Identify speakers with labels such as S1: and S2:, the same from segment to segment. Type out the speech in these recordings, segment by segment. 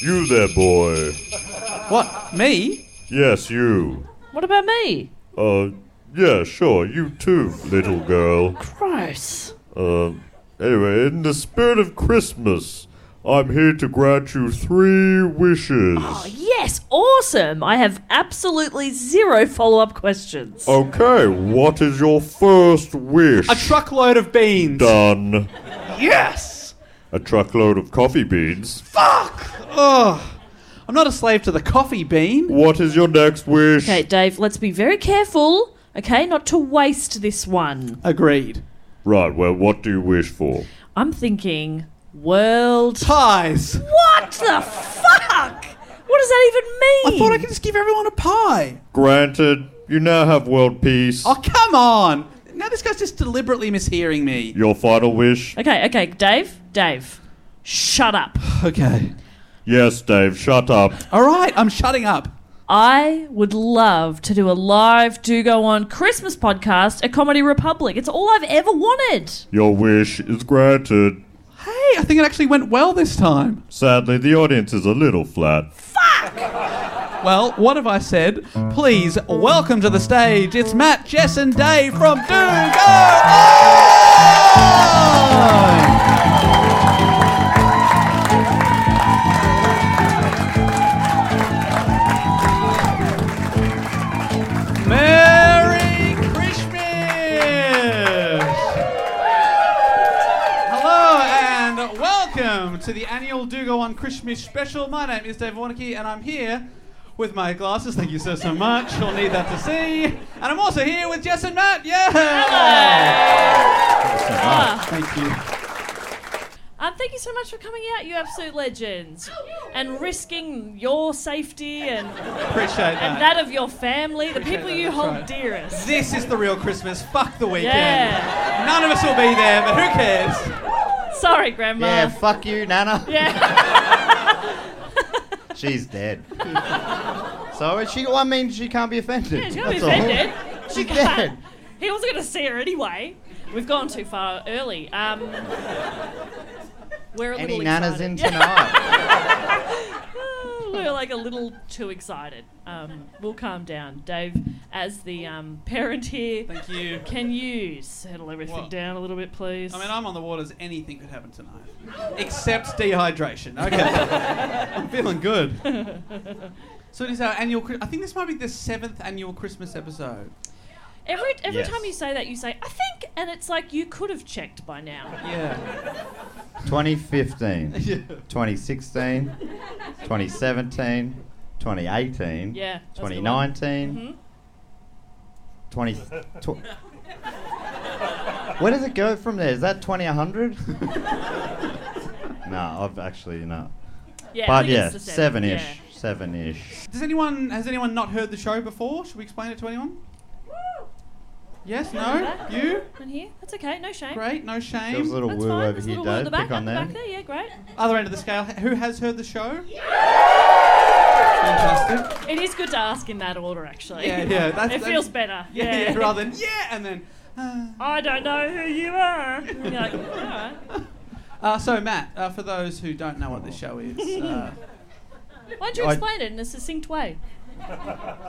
S1: You there, boy.
S2: what? Me?
S1: Yes, you.
S3: What about me?
S1: Uh, yeah, sure, you too, little girl.
S3: Gross.
S1: Uh, anyway, in the spirit of Christmas, I'm here to grant you three wishes.
S3: Yes, awesome. I have absolutely zero follow up questions.
S1: Okay, what is your first wish?
S2: A truckload of beans.
S1: Done.
S2: Yes!
S1: A truckload of coffee beans.
S2: Fuck! Ugh. I'm not a slave to the coffee bean.
S1: What is your next wish?
S4: Okay, Dave, let's be very careful, okay, not to waste this one.
S2: Agreed.
S1: Right, well, what do you wish for?
S4: I'm thinking world.
S2: Pies.
S4: What the fuck? What does that even mean?
S2: I thought I could just give everyone a pie.
S1: Granted, you now have world peace.
S2: Oh, come on. Now this guy's just deliberately mishearing me.
S1: Your final wish?
S4: Okay, okay, Dave, Dave, shut up.
S2: Okay.
S1: Yes, Dave, shut up.
S2: All right, I'm shutting up.
S4: I would love to do a live Do Go On Christmas podcast at Comedy Republic. It's all I've ever wanted.
S1: Your wish is granted.
S2: Hey, I think it actually went well this time.
S1: Sadly, the audience is a little flat.
S2: Well, what have I said? Please welcome to the stage. It's Matt, Jess, and Dave from Do Go On! Merry Christmas! Hello and welcome to the annual Do Go On Christmas special. My name is Dave Warnicki and I'm here with my glasses. Thank you so, so much. You'll need that to see. And I'm also here with Jess and Matt. Yeah! Thank
S4: Ah.
S2: you.
S4: Um, thank you so much for coming out, you absolute legends, and risking your safety and,
S2: Appreciate
S4: and
S2: that.
S4: that of your family, the people
S2: that,
S4: you
S2: that's
S4: hold
S2: right.
S4: dearest.
S2: This is the real Christmas. Fuck the weekend.
S4: Yeah.
S2: None of us will be there, but who cares?
S4: Sorry, Grandma.
S5: fuck you, Nana.
S4: yeah.
S5: She's dead. so she, well, I mean, she can't be offended.
S4: She's gonna be
S5: That's all.
S4: offended.
S5: She's dead.
S4: He wasn't going to see her anyway. We've gone too far early. Um, we're a
S5: Any
S4: little
S5: nanas
S4: excited.
S5: in
S4: Yeah.
S5: tonight?
S4: Oh, we're like a little too excited. Um, we'll calm down. Dave, as the um, parent here,
S2: Thank you.
S4: can you settle everything
S2: What?
S4: down a little bit, please?
S2: I mean, I'm on the waters. Anything could happen tonight, except dehydration. Okay, I'm feeling good. So it is our annual. Chri- I think this might be the seventh annual Christmas episode.
S4: every every
S5: Yes.
S4: time you say that, you say, I think, and it's like you could have checked by now.
S2: Yeah.
S5: 2015, 2016, 2017, 2018,
S4: Yeah. that's a good one. Mm-hmm.
S5: 2019, 20. Tw- Where does it go from there? Is that 2100? no, I've actually not.
S4: Yeah, I
S5: But
S4: think
S5: yeah,
S4: it's the
S5: seven ish.
S4: yeah.
S5: Seven ish.
S2: Does anyone has anyone not heard the show before? Should we explain it to anyone? Yes. No. You.
S4: One here. That's okay. No shame.
S2: Great. No shame.
S5: There was a little
S4: That's
S5: woo
S4: fine.
S5: over
S4: There's a
S5: here,
S4: little one at
S5: Dave.
S4: the back,
S5: Pick on
S4: up the
S5: that.
S4: back there. Yeah, great.
S2: Other end of the scale. Who has heard the show? Fantastic.
S4: It is good to ask in that order, actually.
S2: Yeah, yeah, that's-
S4: it feels better.
S2: Yeah, yeah. Rather than yeah, and then. Uh,
S4: I don't know who you are. And you're like, all right.
S2: Uh, so Matt, uh, for those who don't know what the show is, uh,
S4: Why don't you
S5: I-
S4: explain it in a succinct way?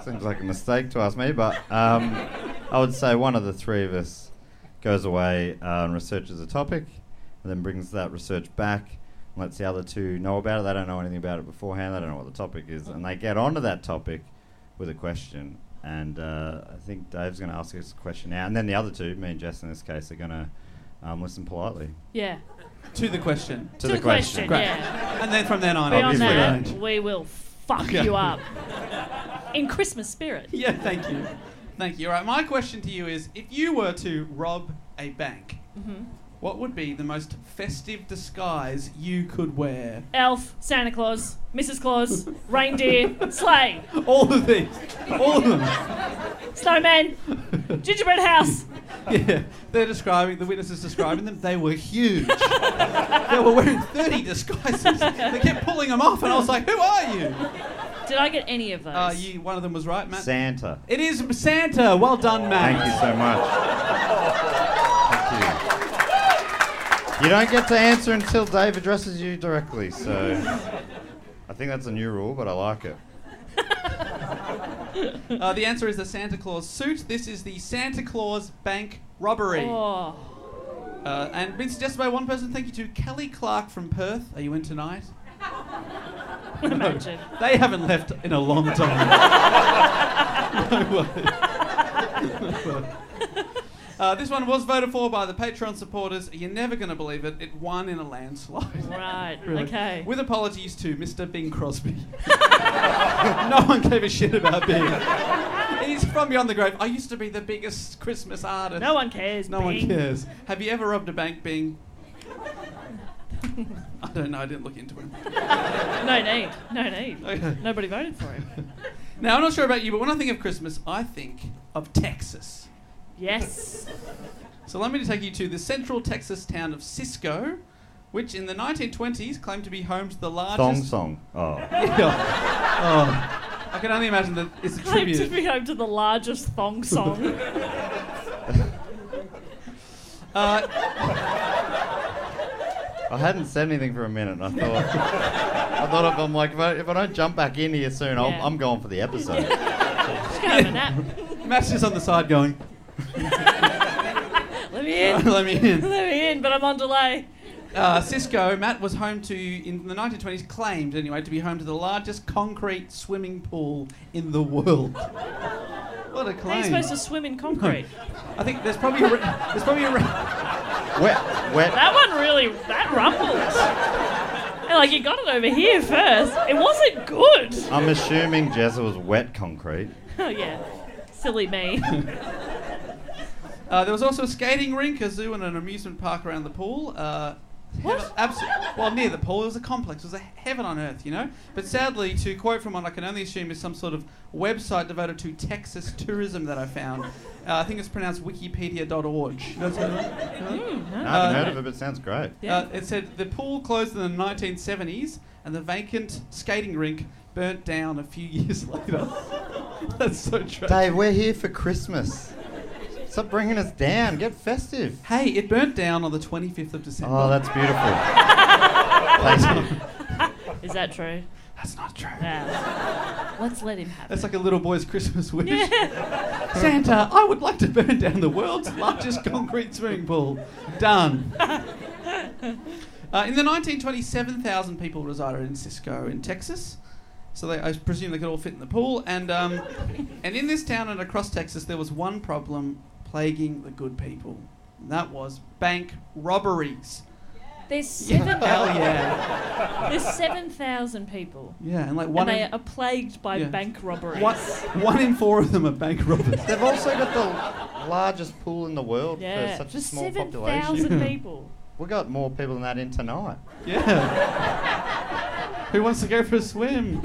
S5: Seems like a mistake to ask me, but um, I would say one of the three of us goes away uh, and researches a topic, and then brings that research back and lets the other two know about it. They don't know anything about it beforehand. They don't know what the topic is, and they get onto that topic with a question. And uh, I think Dave's going to ask us a question now, and then the other two, me and Jess in this case, are going to um, listen politely
S4: Yeah.
S2: to the question,
S5: to, the, question.
S2: Great.
S4: yeah.
S2: and then from then on,
S4: Beyond
S5: Obviously.
S4: that,
S5: Right.
S4: we will fuck you up. In Christmas spirit.
S2: Yeah, thank you, thank you. All right, my question to you is: If you were to rob a bank, what would be the most festive disguise you could wear?
S4: Elf, Santa Claus, Mrs. Claus, reindeer, sleigh,
S2: All of these, all of them.
S4: snowman, gingerbread house.
S2: Yeah, they're describing the witnesses describing them. They were huge. they were wearing thirty disguises. They kept pulling them off, and I was like, "Who are you?"
S4: Did I get any of those?
S2: Uh, you one of them was right, Matt.
S5: Santa.
S2: It is Santa. Well done, Matt.
S5: Thank you so much. Thank you. You don't get to answer until Dave addresses you directly, so I think that's a new rule, but I like it.
S2: Uh, the answer is the Santa Claus suit. This is the Santa Claus bank robbery.
S4: Oh,
S2: Uh, and been suggested by one person. Thank you to Kelly Clark from Perth. Are you in tonight?
S4: imagine.
S2: They haven't left in a long time. no way. Uh, this one was voted for by the Patreon supporters. You're never going to believe it. It won in a landslide.
S4: Right,
S2: Really.
S4: okay.
S2: With apologies to Mr. Bing Crosby. no one gave a shit about Bing. He's from beyond the grave. I used to be the biggest Christmas artist.
S4: no one cares.
S2: No one
S4: Bing.
S2: cares. Have you ever robbed a bank, Bing? I don't know. I didn't look into him.
S4: No need. No need.
S2: Okay.
S4: Nobody voted for him.
S2: Now I'm not sure about you, but when I think of Christmas, I think of Texas.
S4: Yes.
S2: So let me take you to the central Texas town of Cisco, which in the 1920s claimed to be home to the
S5: Thong
S2: largest.
S5: song. Oh.
S2: Oh. I can only imagine that it's a
S4: Claimed to
S2: tribute.
S4: be home to the largest thong song.
S2: Uh,
S5: I hadn't said anything for a minute. and I thought, I thought if I'm like, if I, if I don't jump back in here soon,
S4: Yeah.
S5: I'll, I'm going for the episode.
S4: Have a nap.
S2: Matt's just on the side going,
S4: Let me in.
S2: let me in.
S4: Let me in, but I'm on delay.
S2: Uh, Cisco, Matt was home to, in the 1920s, claimed anyway, to be home to the largest concrete swimming pool in the world. What
S4: How
S2: a
S4: are you
S2: claim.
S4: supposed to swim in concrete?
S2: I think there's probably a, re- there's probably a re-
S5: Where, where,
S4: That one really, that rumbled. And like, you got it over here first. It wasn't good.
S5: I'm assuming Jess it was wet concrete.
S4: Oh, yeah. Silly me.
S2: uh, there was also a skating rink, a zoo, and an amusement park around the pool. Uh,
S4: What?
S2: Abso- well, near the pool, it was a complex. It was a heaven on earth, you know. But sadly, to quote from one I can only assume is some sort of website devoted to Texas tourism that I found. Uh, I think it's pronounced Wikipedia.org. That's
S5: I haven't heard of it, but it sounds great.
S2: Uh, it said the pool closed in the 1970s and the vacant skating rink burnt down a few years later. That's so true.
S5: Dave, we're here for Christmas. Stop bringing us down. Get festive.
S2: Hey, it burnt down on the 25th of December.
S5: Oh, that's beautiful. Thank you.
S4: Is that true?
S6: That's not true.
S7: Let's let him have it.
S2: That's like a little boy's Christmas wish. Santa, I would like to burn down the world's largest concrete swimming pool. Done. Uh, in the 1920s, 7,000 people resided in Cisco, in Texas. So they, I presume they could all fit in the pool. And, um, and in this town and across Texas, there was one problem plaguing the good people. And that was bank robberies.
S7: There's seven.
S5: Oh,
S2: Hell yeah.
S7: There's seven thousand people,
S2: Yeah, and like
S7: and
S2: one,
S7: they
S2: in,
S7: are plagued by
S2: Yeah.
S7: bank robberies.
S2: one, one in four of them are bank robbers.
S5: They've also got the largest pool in the world
S7: Yeah,
S5: for such a
S7: Just
S5: small
S7: seven
S5: population.
S7: thousand people.
S5: We got more people than that in tonight.
S2: Yeah. Who wants to go for a swim?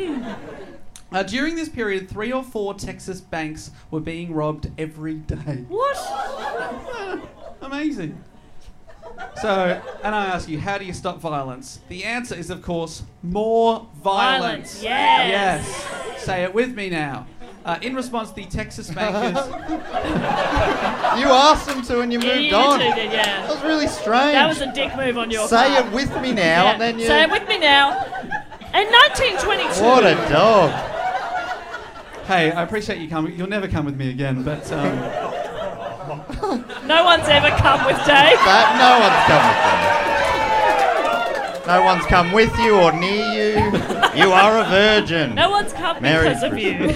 S2: Uh, during this period, three or four Texas banks were being robbed every day.
S7: What?
S2: Amazing. So, and I ask you, how do you stop violence? The answer is, of course, more
S7: Violence,
S2: violence.
S7: yes.
S2: Yes. Say it with me now. Uh, in response, the Texas bankers.
S5: You asked them to and you
S7: Yeah,
S5: moved
S7: you
S5: on.
S7: two
S5: That
S7: did, yeah.
S5: was really strange.
S7: That was a dick move on your
S5: Say
S7: part.
S5: it with me now,
S7: Yeah.
S5: and then you.
S7: Say it with me now. In 1922.
S5: what a dog.
S2: hey, I appreciate you coming. You'll never come with me again, but um,
S7: No one's ever come with Dave.
S5: That no one's come with you. No one's come with you or near you. You are a virgin.
S7: No one's come
S5: Merry
S7: because of you.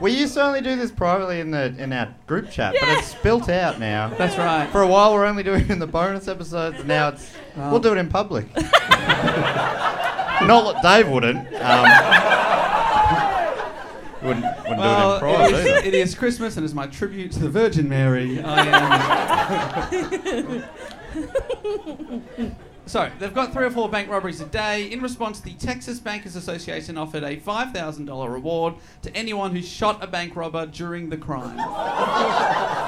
S5: We used to only do this privately in the in our group chat,
S7: Yeah.
S5: but it's spilt out now.
S2: that's right.
S5: For a while, we're only doing it in the bonus episodes. and Now it's we'll do it in public. Not that Dave wouldn't. Um, wouldn't wouldn't do it in
S2: Well, it,
S5: private
S2: is,
S5: either.
S2: it is Christmas and it's my tribute to the Virgin Mary. I am- so um, they've got three or four bank robberies a day. In response, the Texas Bankers Association offered a five thousand dollar reward to anyone who shot a bank robber during the crime.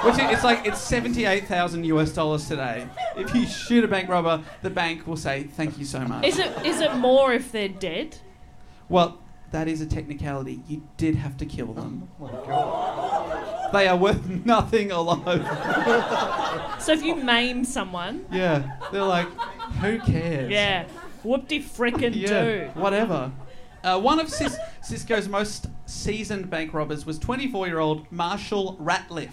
S2: Which is, it's like it's seventy eight thousand US dollars today. If you shoot a bank robber, the bank will say thank you so much.
S7: Is it is it more if they're dead?
S2: Well, that is a technicality. You did have to kill them. They are worth nothing alive.
S7: So if you maim someone,
S2: Yeah. They're like, who cares?
S7: yeah, whoop de frickin'
S2: Yeah.
S7: do.
S2: Whatever. Uh, one of Cis- Cisco's most seasoned bank robbers was 24 year old Marshall Ratliff.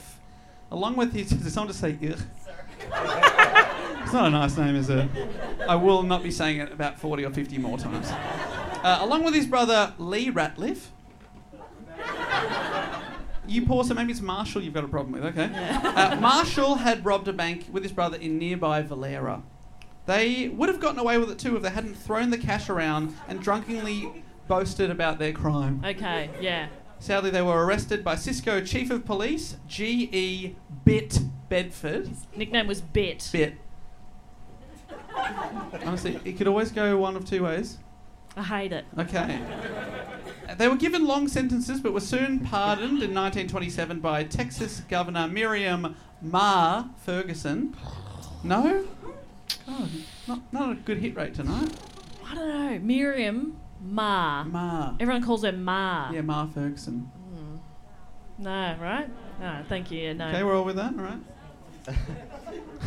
S2: Along with his. Did someone just say, ugh? it's not a nice name, is it? I will not be saying it about 40 or 50 more times. Uh, along with his brother Lee Ratliff. You poor, so maybe it's Marshall you've got a problem with, okay? Uh, Marshall had robbed a bank with his brother in nearby Valera. They would have gotten away with it too if they hadn't thrown the cash around and drunkenly boasted about their crime.
S7: Okay, yeah.
S2: Sadly, they were arrested by Cisco Chief of Police G.E. Bit Bedford.
S7: Nickname was Bit.
S2: Bit. Honestly, it could always go one of two ways.
S7: I hate it.
S2: Okay. They were given long sentences but were soon pardoned in 1927 by Texas Governor Miriam Ma Ferguson. No? God, not, not a good hit rate tonight.
S7: I don't know. Miriam Ma.
S2: Ma.
S7: Everyone calls her Ma.
S2: Yeah, Ma Ferguson.
S7: No, right? No, thank you. Yeah, no.
S2: Okay, we're all with that, all right?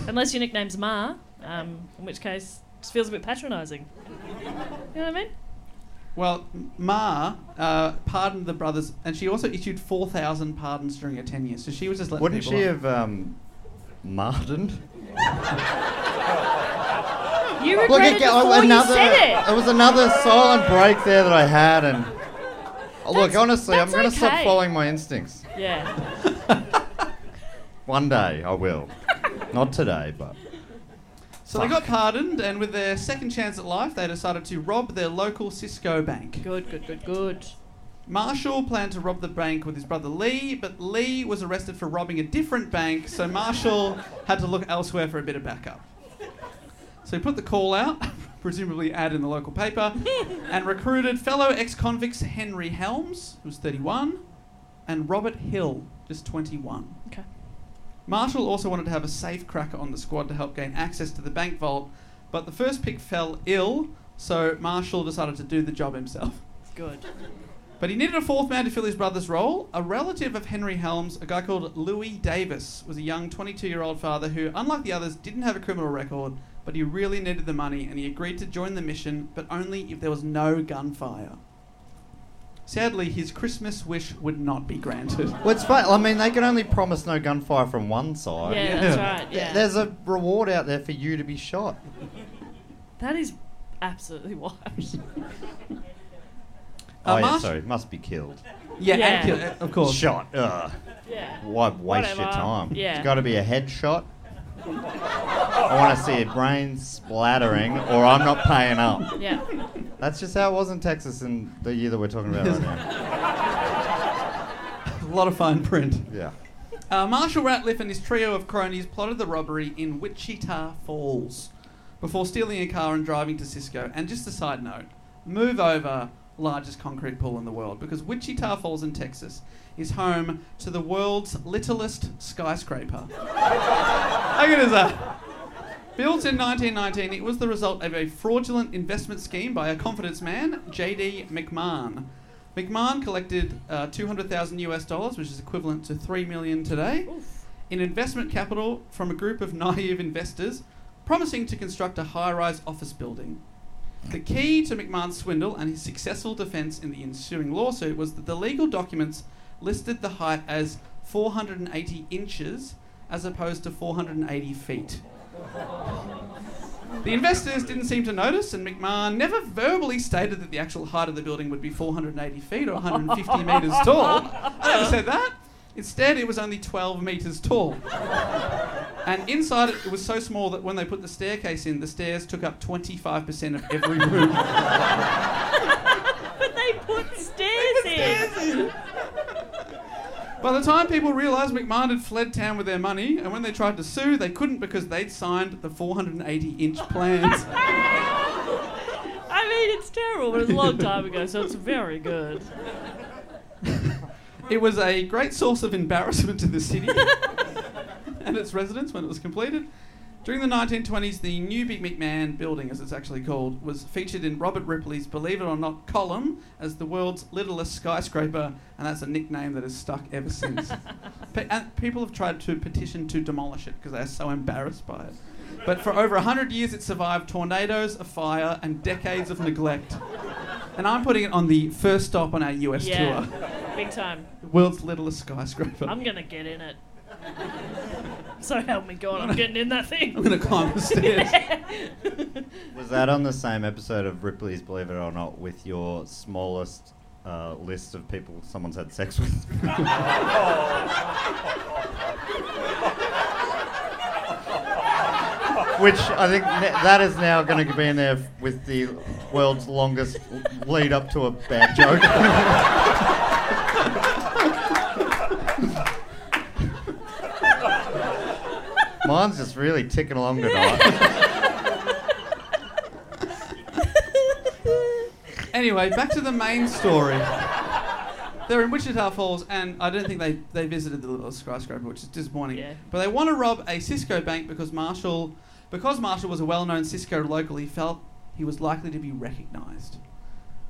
S7: Unless your nickname's Ma, um, in which case it just feels a bit patronising. You know what I mean?
S2: Well, M- Ma uh, pardoned the brothers, and she also issued 4,000 pardons during her tenure, so she was just letting
S5: Wouldn't
S2: people
S5: she
S2: off.
S5: have um, martined?
S7: You regretted
S5: again,
S7: before
S5: oh, another,
S7: you said
S5: There
S7: it.
S5: was another silent break there that I had, and Oh, look,
S7: That's-
S5: honestly, I'm
S7: that's
S5: going to stop
S7: okay.
S5: following my instincts.
S7: Yeah.
S5: One day I will. Not today, but
S2: So they got pardoned, and with their second chance at life, they decided to rob their local Cisco bank.
S7: Good, good, good, good.
S2: Marshall planned to rob the bank with his brother Lee, but Lee was arrested for robbing a different bank, so Marshall had to look elsewhere for a bit of backup. So he put the call out, presumably ad in the local paper, and recruited fellow ex convicts Henry Helms, who was 31, and Robert Hill, just 21.
S7: Okay.
S2: Marshall also wanted to have a safe cracker on the squad to help gain access to the bank vault, but the first pick fell ill, so Marshall decided to do the job himself.
S7: Good.
S2: But he needed a fourth man to fill his brother's role. A relative of Henry Helms, a guy called Louis Davis, was a young 22 year old father who, unlike the others, didn't have a criminal record but he really needed the money and he agreed to join the mission, but only if there was no gunfire. Sadly, his Christmas wish would not be granted.
S5: Well, it's fun. I mean, they can only promise no gunfire from one side.
S7: Yeah, that's right. Yeah.
S5: Oh, There's a reward out there for you to be shot.
S7: that is absolutely wild.
S5: oh,
S2: Uh,
S5: yeah,
S2: Marsh-
S5: sorry. Must be killed.
S2: Yeah,
S7: Yeah.
S2: and kill- of course.
S5: Shot. Ugh.
S7: yeah.
S5: Why waste your
S7: Whatever.
S5: time?
S7: Yeah.
S5: It's got to be a headshot. I want to see a brain splattering, or I'm not paying up.
S7: Yeah.
S5: That's just how it was in Texas in the year that we're talking about right now.
S2: A lot of fine print.
S5: Yeah.
S2: Uh, Marshall Ratliff and his trio of cronies plotted the robbery in Wichita Falls before stealing a car and driving to Cisco. And just a side note move over largest concrete pool in the world because Wichita Falls in Texas is home to the world's littlest skyscraper. How good is that? Built in 1919, it was the result of a fraudulent investment scheme by a confidence man, J.D. McMahon. McMahon collected uh, 200,000 US dollars, which is equivalent to 3 million today, in investment capital from a group of naive investors, promising to construct a high rise office building. The key to McMahon's swindle and his successful defense in the ensuing lawsuit was that the legal documents listed the height as 480 inches as opposed to 480 feet. The investors didn't seem to notice, and McMahon never verbally stated that the actual height of the building would be 480 feet or 150 metres tall. I never said that. Instead, it was only 12 metres tall. And inside it, it was so small that when they put the staircase in, the stairs took up 25% of every room.
S7: But they put stairs in.
S2: By the time people realised McMahon had fled town with their money, and when they tried to sue, they couldn't because they'd signed the 480 inch plans.
S7: I mean, it's terrible, but it's a long time ago, so it's very good.
S2: It was a great source of embarrassment to the city and its residents when it was completed. During the 1920s, the new Big McMahon building, as it's actually called, was featured in Robert Ripley's Believe It or Not column as the world's littlest skyscraper, and that's a nickname that has stuck ever since. Pe- and people have tried to petition to demolish it because they're so embarrassed by it. But for over 100 years, it survived tornadoes, a fire, and decades of neglect. And I'm putting it on the first stop on our US tour.
S7: Yeah. Big time.
S2: World's littlest skyscraper. I'm,
S7: I'm going to get in it. So help me God, I'm getting in that thing.
S2: gonna climb the stairs.
S5: Was that on the same episode of Ripley's Believe It or Not with your smallest uh, list of people someone's had sex with? Which I think ne- that is now going to be in there with the world's longest lead up to a bad joke. Mine's just really ticking along tonight.
S2: Anyway, back to the main story. They're in Wichita Falls, and I don't think they, they visited the little skyscraper, which is disappointing.
S7: Yeah.
S2: But they want to rob a Cisco bank because Marshall, because Marshall was a well-known Cisco local, he felt he was likely to be recognised.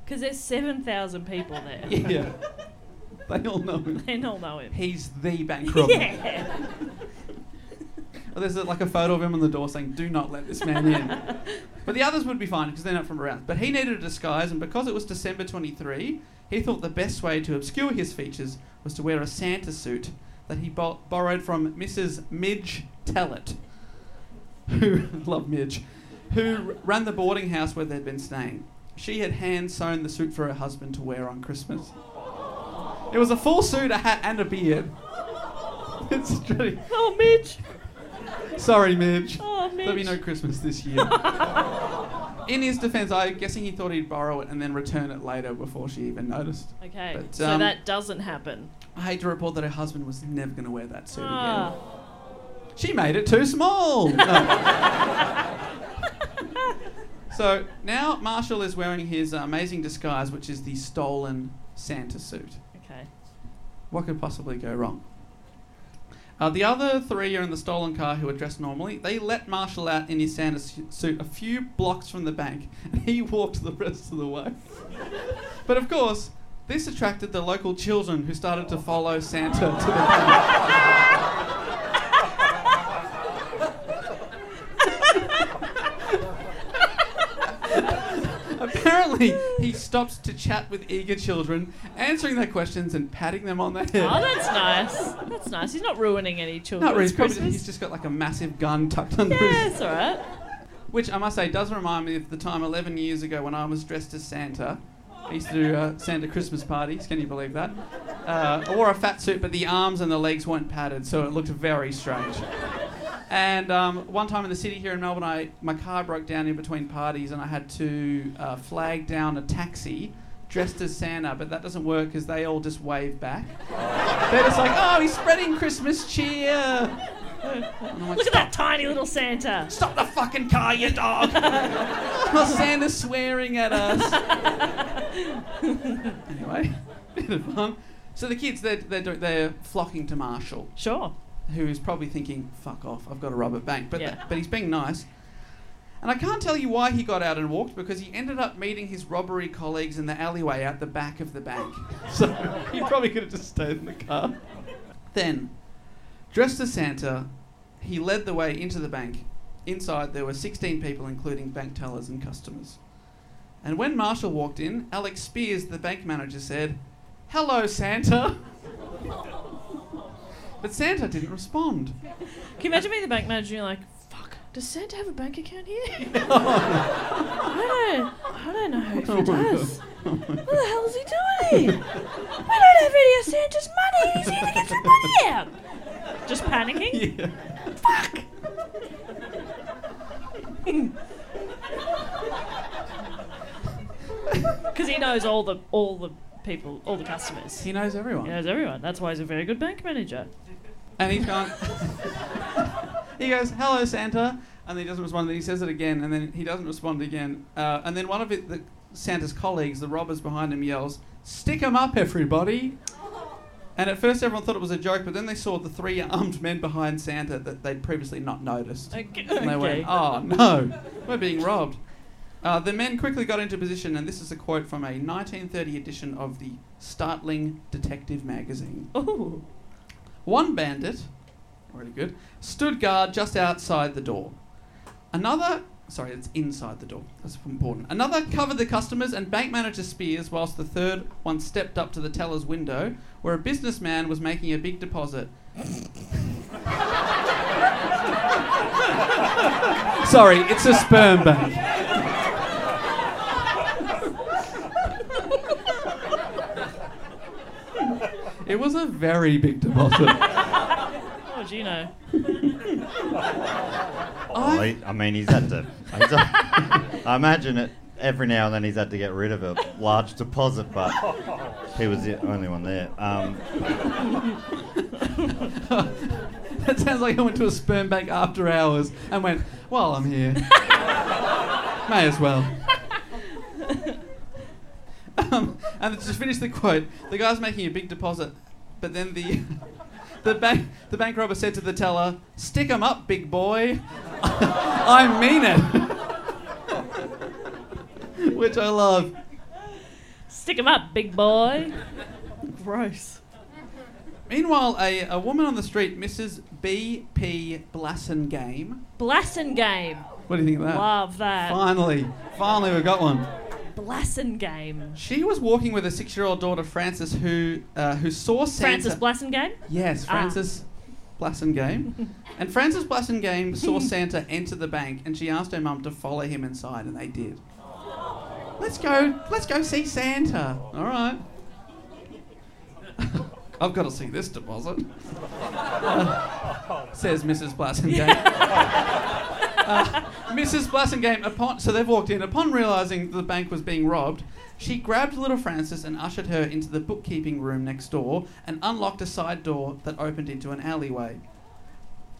S7: Because there's 7,000 people there.
S2: Yeah, they all know him.
S7: They all know him.
S2: He's the bank robber.
S7: Yeah.
S2: Well, There's like a photo of him on the door saying, "Do not let this man in." but the others would be fine because they're not from around. But he needed a disguise, and because it was December 23, he thought the best way to obscure his features was to wear a Santa suit that he bo- borrowed from Mrs. Midge Tellett, who love Midge, who ran the boarding house where they'd been staying. She had hand sewn the suit for her husband to wear on Christmas. It was a full suit, a hat, and a beard. It's pretty.
S7: Oh, Midge.
S2: Sorry, Midge.
S7: Oh, Midge.
S2: There'll be no Christmas this year. In his defense, I'm guessing he thought he'd borrow it and then return it later before she even noticed.
S7: Okay,
S2: But,
S7: so
S2: um,
S7: that doesn't happen.
S2: I hate to report that her husband was never going to wear that suit
S7: Ah.
S2: again. She made it too small. No. so now Marshall is wearing his uh, amazing disguise, which is the stolen Santa suit.
S7: Okay.
S2: What could possibly go wrong? Uh, the other three are in the stolen car who are dressed normally. They let Marshall out in his Santa su- suit a few blocks from the bank, and he walked the rest of the way. but of course, this attracted the local children who started to follow Santa to the bank. Apparently, he stops to chat with eager children, answering their questions and patting them on the head.
S4: Oh,
S7: That's nice. That's nice. He's not ruining any children's
S2: Not really. Probably,
S7: Christmas.
S2: he's just got like a massive gun tucked under
S7: Yeah,
S2: his
S7: it's all right.
S2: Which I must say does remind me of the time 11 years ago when I was dressed as Santa. I used to do uh, Santa Christmas parties. Can you believe that? Uh, I wore a fat suit, but the arms and the legs weren't padded, so it looked very strange. And um, one time in the city here in Melbourne, I, my car broke down in between parties, and I had to uh, flag down a taxi dressed as Santa, but that doesn't work because they all just wave back. They're just like, "Oh, he's spreading Christmas cheer." And I'm like,
S7: Look at that tiny little Santa.
S2: Stop the fucking car, you dog! Well, Santa's swearing at us. anyway, bit of fun. So the kids, they're, they're, do- they're flocking to Marshall,
S7: Sure.
S2: who is probably thinking, fuck off, I've got to rob a bank. But,
S7: Yeah.
S2: but he's being nice. And I can't tell you why he got out and walked, because he ended up meeting his robbery colleagues in the alleyway out the back of the bank. so he probably could have just stayed in the car. Then, dressed as Santa, he led the way into the bank. Inside, there were 16 people, including bank tellers and customers. And when Marshall walked in, Alex Spears, the bank manager, said, Hello, Santa. but Santa didn't respond.
S7: Can you imagine being the bank manager and you're like, fuck, does Santa have a bank account here? I don't, I don't know if he does. What the hell is he doing here? I don't have any of Santa's money. He's here to get some money out. Just panicking? Because he knows all the all the people, all the customers.
S2: He knows everyone.
S7: He knows everyone. That's why he's a very good bank manager.
S2: And he's gone. he goes, "Hello, Santa," and he doesn't respond. Then he says it again, and then he doesn't respond again. Uh, and then one of it, the, Santa's colleagues, the robbers behind him, yells, "Stick 'em up, everybody!" And at first, everyone thought it was a joke, but then they saw the three armed men behind Santa that they'd previously not noticed.
S7: Okay.
S2: And they went, oh no, we're being robbed. Uh, the men quickly got into position, and this is a quote from a 1930 edition of the Startling Detective magazine.
S7: Ooh.
S2: One bandit, really good, stood guard just outside the door. Another, sorry, it's inside the door. That's important. Another covered the customers and bank manager Spears, whilst the third one stepped up to the teller's window, where a businessman was making a big deposit. sorry, it's a sperm bank. It was a very big deposit.
S4: Oh,
S7: How would you know?
S5: Well, he- I mean, he's had to. he's had- I imagine it. Every now and then he's had to get rid of a large deposit, but he was the only one there. Um,
S2: That sounds like I went to a sperm bank after hours and went, well, I'm here. May as well. um, and to finish the quote, the guy's making a big deposit, but then the, the, bank, the bank robber said to the teller, "Stick 'em up, big boy. I mean it. Which I love.
S7: Stick him up, big boy. Gross.
S2: Meanwhile, a, a woman on the street, Mrs. B.P. Blassen Game.
S7: Blassen game.
S2: What do you think of that?
S7: Love that.
S2: Finally, finally, we got one.
S7: Blassen game.
S2: She was walking with her six-year-old daughter Frances, who uh, who saw Santa.
S7: Francis Blassen game.
S2: yes, Frances Blassengame, and Frances Blassengame saw Santa enter the bank, and she asked her mum to follow him inside, and they did. Let's go. Let's go see Santa. All right. I've got to see this deposit, uh, says Mrs. Blassengame. Mrs. Blassingame, upon so they've walked in. Upon realizing the bank was being robbed, she grabbed little Frances and ushered her into the bookkeeping room next door and unlocked a side door that opened into an alleyway.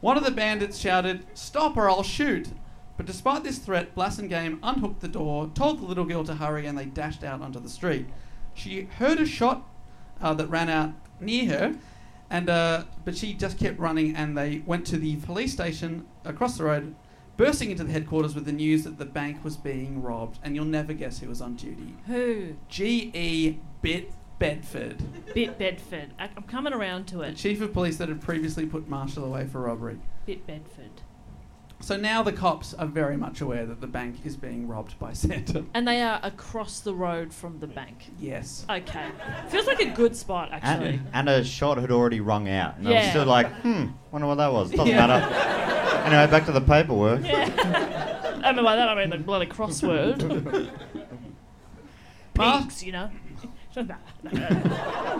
S2: One of the bandits shouted, "Stop or I'll shoot!" But despite this threat, Blassingame unhooked the door, told the little girl to hurry, and they dashed out onto the street. She heard a shot uh, that ran out near her, and uh, but she just kept running, and they went to the police station across the road, bursting into the headquarters with the news that the bank was being robbed. And you'll never guess who was on duty.
S7: Who?
S2: G. E. Bit Bedford,
S7: Bit Bedford. I, I'm coming around to
S2: the
S7: it.
S2: chief of police that had previously put Marshall away for robbery.
S7: Bit Bedford.
S2: So now the cops are very much aware that the bank is being robbed by Santa.
S4: And they are across the road from the bank.
S2: Yes.
S4: Okay. Feels like a good spot, actually.
S5: And, and a shot had already rung out. And I was
S4: Yeah.
S5: still like, hmm, wonder what that was. Doesn't
S2: Yeah.
S5: matter. Anyway, back to the paperwork.
S4: I mean, by that I mean the bloody crossword.
S2: Mark,
S4: Pigs, you know.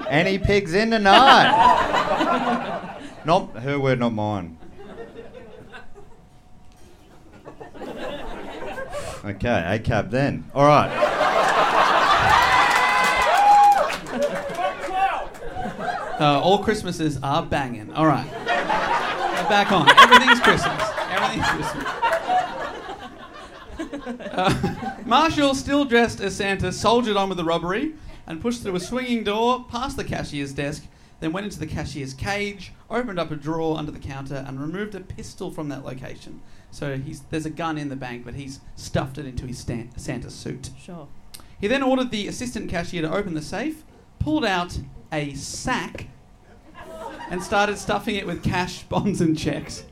S5: Any pigs in tonight? not her word, not mine. Okay, ACAB then. All right.
S2: uh, all Christmases are banging. All right. We're back on. Everything's Christmas. Everything's Christmas. Uh, Marshall, still dressed as Santa, soldiered on with the robbery and pushed through a swinging door past the cashier's desk, then went into the cashier's cage, opened up a drawer under the counter, and removed a pistol from that location. So he's, there's a gun in the bank, but he's stuffed it into his stan- Santa suit.
S4: Sure.
S2: He then ordered the assistant cashier to open the safe, pulled out a sack, and started stuffing it with cash, bonds, and checks.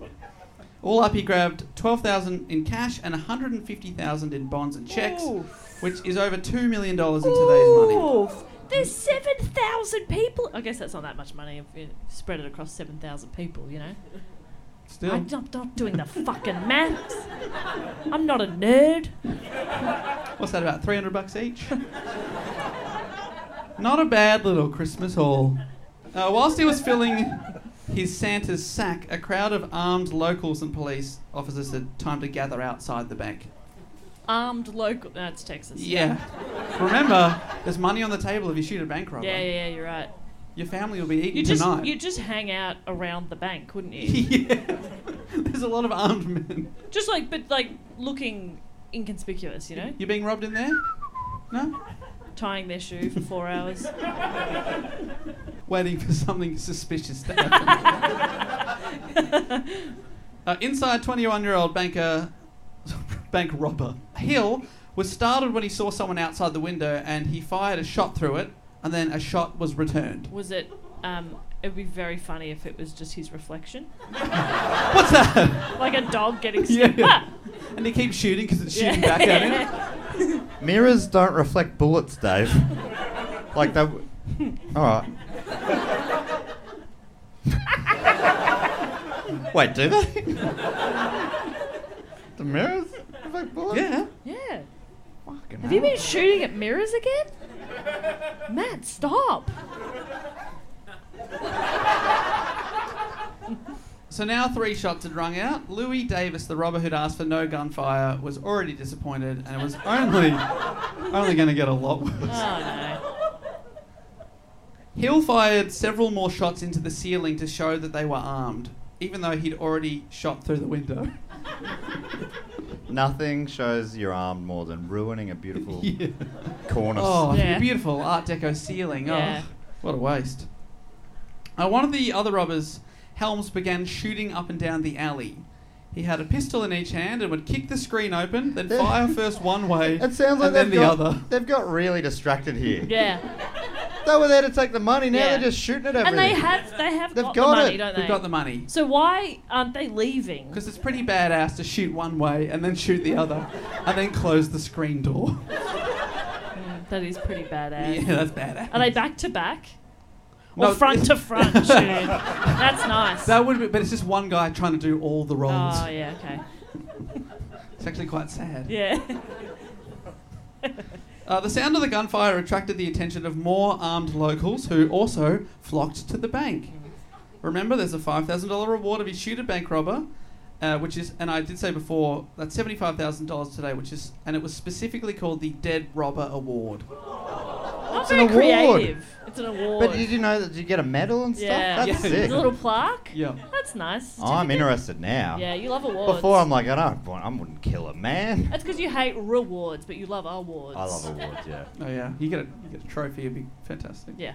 S2: All up, he grabbed 12,000 in cash and 150,000 in bonds and checks, which is over $2 million in today's money.
S4: Oof. There's 7,000 people. I guess that's not that much money if you spread it across 7,000 people, you know?
S2: Still,
S4: I'm not, not doing the fucking maths. I'm not a nerd.
S2: what's that, about 300 bucks each? Not a bad little Christmas haul. Uh, whilst he was filling his Santa's sack, a crowd of armed locals and police officers had time to gather outside the bank.
S4: Armed local. That's Texas.
S2: Yeah. Remember, there's money on the table if you shoot a bank robber.
S4: Yeah, yeah, yeah, you're right.
S2: Your family will be eaten
S4: You just
S2: tonight.
S4: you just hang out around the bank, wouldn't you?
S2: yeah. There's a lot of armed men.
S4: just like but like looking inconspicuous, you know?
S2: You're being robbed in there? No?
S4: Tying their shoe for four hours.
S2: Waiting for something suspicious to happen. uh, inside 21 year old banker, bank robber, Hill was startled when he saw someone outside the window and he fired a shot through it and then a shot was returned.
S4: Was it um it'd be very funny if it was just his reflection.
S2: What's that?
S4: Like a dog getting
S2: Yeah.
S4: stuck. Ah!
S2: And he keeps shooting because it's shooting back at him.
S5: Mirrors don't reflect bullets, Dave. Like that. w- All right. Wait, do they? the mirrors reflect bullets?
S2: Yeah.
S4: Yeah. Have you been shooting at mirrors again? Matt, stop.
S2: So now three shots had rung out. Louis Davis, the robber who'd asked for no gunfire, was already disappointed and it was only only going to get a lot worse.
S4: Oh no.
S2: Hill fired several more shots into the ceiling to show that they were armed, even though he'd already shot through the window.
S5: Nothing shows your arm more than ruining a beautiful cornice.
S2: Oh,
S4: Yeah.
S2: beautiful Art Deco ceiling.
S4: Yeah.
S2: Oh, what a waste. Uh, one of the other robbers, Helms, began shooting up and down the alley. He had a pistol in each hand and would kick the screen open, then fire first one way
S5: It sounds like
S2: and then
S5: they've
S2: the
S5: got,
S2: other.
S5: They've got really distracted here.
S4: Yeah.
S5: They were there to take the money. Now
S4: Yeah.
S5: they're just shooting at everything.
S4: And they have they have
S5: They've
S4: got,
S5: got
S4: the money,
S5: it.
S4: don't they?
S2: We've got the money.
S4: So why aren't they leaving?
S2: Because it's pretty badass to shoot one way and then shoot the other and then close the screen door.
S4: Mm, That is pretty badass.
S2: yeah, that's badass.
S4: Are they back to back? Or
S2: No,
S4: front to front, dude. That's nice.
S2: That would be, but it's just one guy trying to do all the roles.
S4: oh yeah, okay.
S2: It's actually quite sad.
S4: Yeah.
S2: Uh, the sound of the gunfire attracted the attention of more armed locals who also flocked to the bank. Remember, there's a $5,000 reward if you shoot a bank robber, uh, which is, and I did say before, that's $75,000 today, which is, and it was specifically called the Dead Robber Award.
S4: Not
S5: an
S4: very
S5: award.
S4: creative. It's an award.
S5: but did you know that you get a medal and stuff?
S4: Yeah.
S5: That's
S2: Yeah.
S5: sick.
S4: There's a little plaque.
S2: Yeah.
S4: That's nice.
S5: I'm interested now.
S4: Yeah, you love awards.
S5: Before I'm like, I don't want, I wouldn't kill a man.
S4: That's because you hate rewards, but you love awards.
S5: I love awards, yeah.
S2: Oh, yeah. You get a, you get a trophy, it'd be fantastic.
S4: Yeah.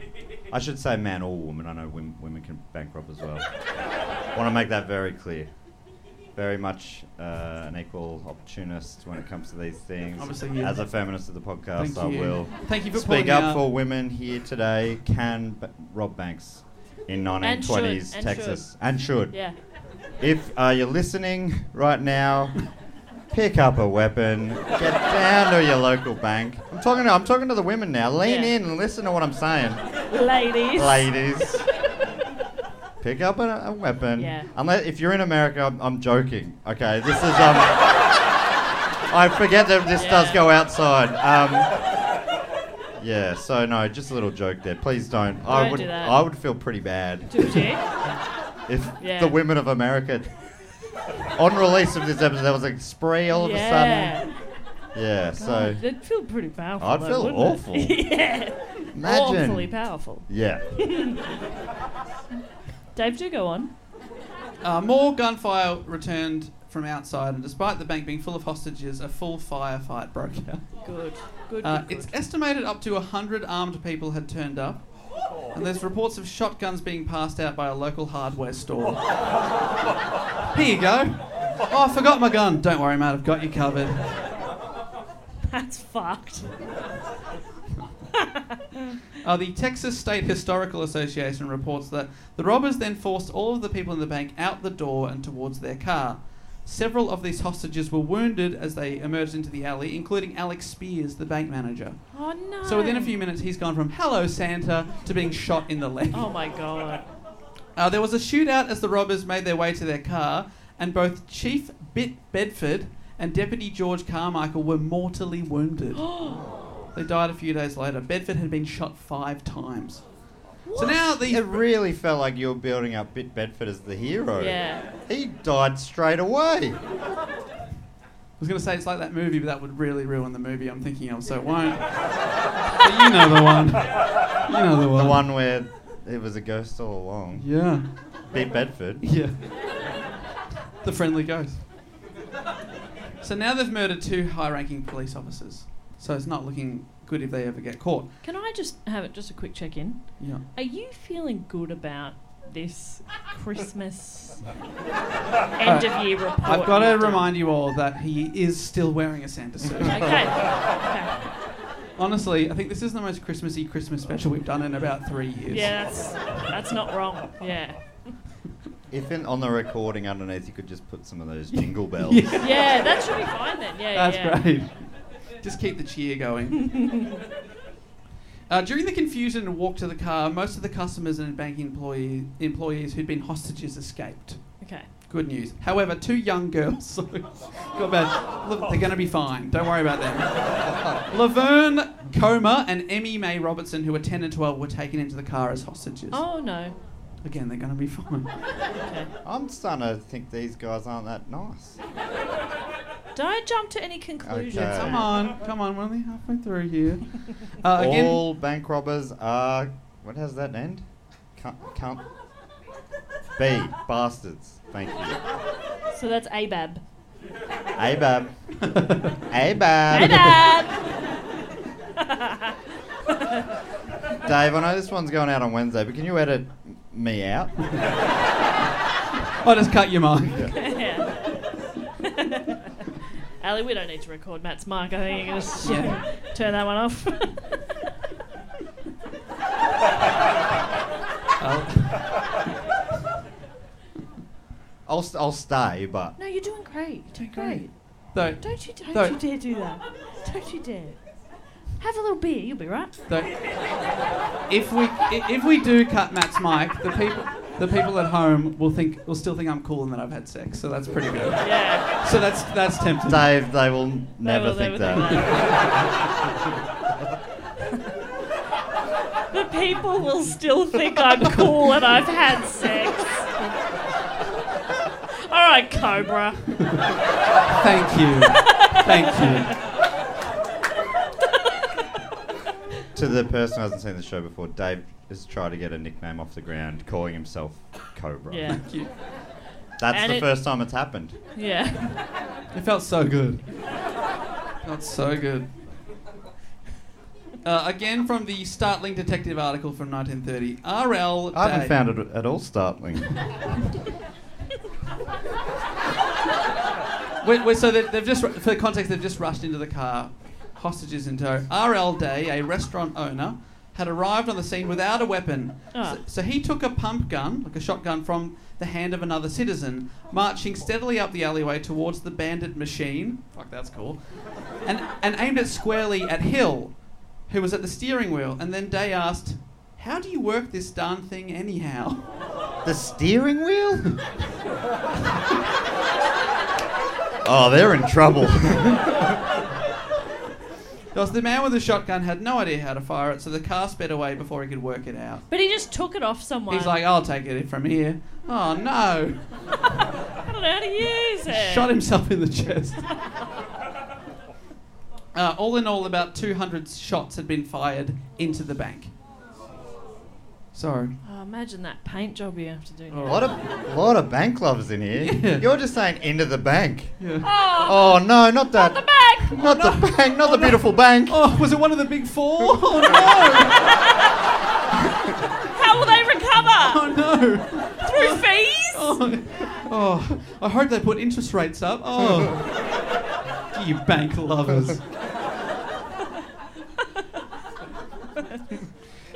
S5: I should say man or woman. I know women, women can bank rob as well. want to make that very clear. Very much uh, an equal opportunist when it comes to these things.
S2: Obviously, you-
S5: As a feminist of the podcast,
S2: Thank
S5: I
S2: you.
S5: will
S2: Thank you for
S5: speak
S2: pointing
S5: up
S2: out.
S5: for women here today can b- rob banks in 1920s
S4: should, and
S5: Texas and should.
S4: Yeah.
S5: If uh, you're listening right now, pick up a weapon, get down to your local bank. I'm talking to, I'm talking to the women now. Lean
S7: Yeah.
S5: in and listen to what I'm saying.
S7: Ladies.
S5: Ladies, pick up a, a weapon.
S7: Yeah.
S5: Unless if you're in America, I'm, I'm joking. Okay, this is um. I forget that this does go outside. Um, yeah, so no, just a little joke there. Please don't. I
S4: Don't
S5: would
S4: do that.
S5: I would feel pretty bad
S4: Would you?
S5: if
S4: Yeah.
S5: the women of America on release of this episode there was a spree all of
S7: yeah.
S5: a sudden. Yeah, so
S7: That'd feel pretty powerful.
S5: I'd
S7: though,
S5: feel
S7: wouldn't
S5: awful.
S7: It? yeah.
S5: Imagine.
S7: Awfully powerful.
S5: yeah.
S4: Dave, do go on.
S2: Uh, more gunfire returned from outside, and despite the bank being full of hostages, a full firefight broke out.
S7: Good. Good.
S2: Uh,
S7: good,
S2: it's
S7: good.
S2: estimated up to 100 armed people had turned up, and there's reports of shotguns being passed out by a local hardware store. Here you go. Oh, I forgot my gun. Don't worry, mate, I've got you covered.
S7: That's fucked.
S2: Uh, the Texas State Historical Association reports that the robbers then forced all of the people in the bank out the door and towards their car. Several of these hostages were wounded as they emerged into the alley, including Alex Spears, the bank manager.
S7: Oh no.
S2: So within a few minutes, he's gone from hello Santa to being shot in the leg.
S4: Oh my god.
S2: Uh, there was a shootout as the robbers made their way to their car, and both Chief Bit Bedford and Deputy George Carmichael were mortally wounded. they died a few days later. Bedford had been shot five times. So now these.
S5: It really felt like you were building up Bit Bedford as the hero.
S4: Yeah.
S5: He died straight away.
S2: I was going to say it's like that movie, but that would really ruin the movie I'm thinking of, so it won't. but you know the one. You know the one.
S5: The one where it was a ghost all along.
S2: Yeah.
S5: Bit Bedford.
S2: Yeah. the friendly ghost. So now they've murdered two high ranking police officers. So it's not looking good if they ever get caught.
S4: Can I just have it just a quick check in?
S2: Yeah.
S4: Are you feeling good about this Christmas end of year report?
S2: I've got to
S4: you've done?
S2: remind you all that he is still wearing a Santa suit.
S4: Okay. okay.
S2: Honestly, I think this is the most Christmassy Christmas special we've done in about three years.
S4: Yeah, that's that's not wrong. Yeah.
S5: If in, on the recording underneath you could just put some of those jingle bells.
S4: Yeah, that should be fine then. Yeah,
S2: That's
S4: yeah.
S2: great. Just keep the cheer going. uh, during the confusion and walk to the car, most of the customers and bank employee, employees who'd been hostages escaped.
S4: Okay.
S2: Good news. However, two young girls. so- Got bad. Look, they're going to be fine. Don't worry about them. Laverne Coma and Emmy Mae Robertson, who were 10 and 12, were taken into the car as hostages.
S4: Oh no.
S2: Again, they're going to be fine.
S5: I'm starting to think these guys aren't that nice.
S4: Don't jump to any conclusions.
S5: Okay.
S2: Come on, come on, we're only halfway through here. Uh, again,
S5: All bank robbers are. What has that end? Can't, can't be bastards. Thank you.
S4: So that's ABAB.
S5: Abab. Abab.
S4: ABAB!
S5: Dave, I know this one's going out on Wednesday, but can you edit me out?
S2: I'll just cut your mic.
S4: Ali, we don't need to record Matt's mic. I think you're going to turn that one off.
S5: I'll, st- I'll stay, but
S4: no, you're doing great. You're doing great.
S2: Though,
S4: Don't you, don't
S2: Don't-
S4: you dare do that. Don't you dare. Have a little beer. You'll be right.
S2: though, if we i- if we do cut Matt's mic, the people the people at home will think will still think I'm cool and that I've had sex. So that's pretty good.
S4: Yeah.
S2: So that's that's tempting.
S5: Dave, they will never
S4: will- they
S5: think
S4: will
S5: that.
S4: think But people will still think I'm cool and I've had sex. All right, Cobra.
S2: Thank you. Thank you.
S5: To the person who hasn't seen the show before, Dave has tried to get a nickname off the ground, calling himself Cobra.
S4: Yeah.
S2: Thank you.
S5: That's
S4: And
S5: the
S4: it-
S5: first time it's happened.
S4: Yeah.
S2: It felt so good. Felt so good. Uh, again from the startling detective article from 1930. R.L.
S5: I haven't
S2: Day-
S5: found it at all startling.
S2: Wait, wait, so they, they've just, ru- for context, they've just rushed into the car, hostages in tow. R.L. Day, a restaurant owner, had arrived on the scene without a weapon.
S4: Ah.
S2: So, so he took a pump gun, like a shotgun, from the hand of another citizen, marching steadily up the alleyway towards the bandit machine. Fuck, that's cool. And, and aimed it squarely at Hill, who was at the steering wheel. And then Day asked, How do you work this darn thing anyhow?
S5: The steering wheel? oh, they're in trouble.
S2: Because the man with the shotgun had no idea how to fire it, so the car sped away before he could work it out.
S7: But he just took it off someone.
S2: He's like, I'll take it from here. Oh no!
S7: I don't know how to use
S4: Eh.
S7: it.
S2: Shot himself in the chest. Uh, all in all, about 200 shots had been fired into the bank. Sorry.
S4: Oh, imagine that paint job you have to do.
S5: lot of lot of bank lovers in here. You're just saying into the bank.
S7: Oh,
S5: Oh no, not that.
S7: the back.
S5: Not the bank, not the beautiful bank.
S2: Oh, was it one of the big four? Oh no!
S7: How will they recover?
S2: Oh no!
S7: Through fees?
S2: Oh, oh, I hope they put interest rates up. Oh, you bank lovers.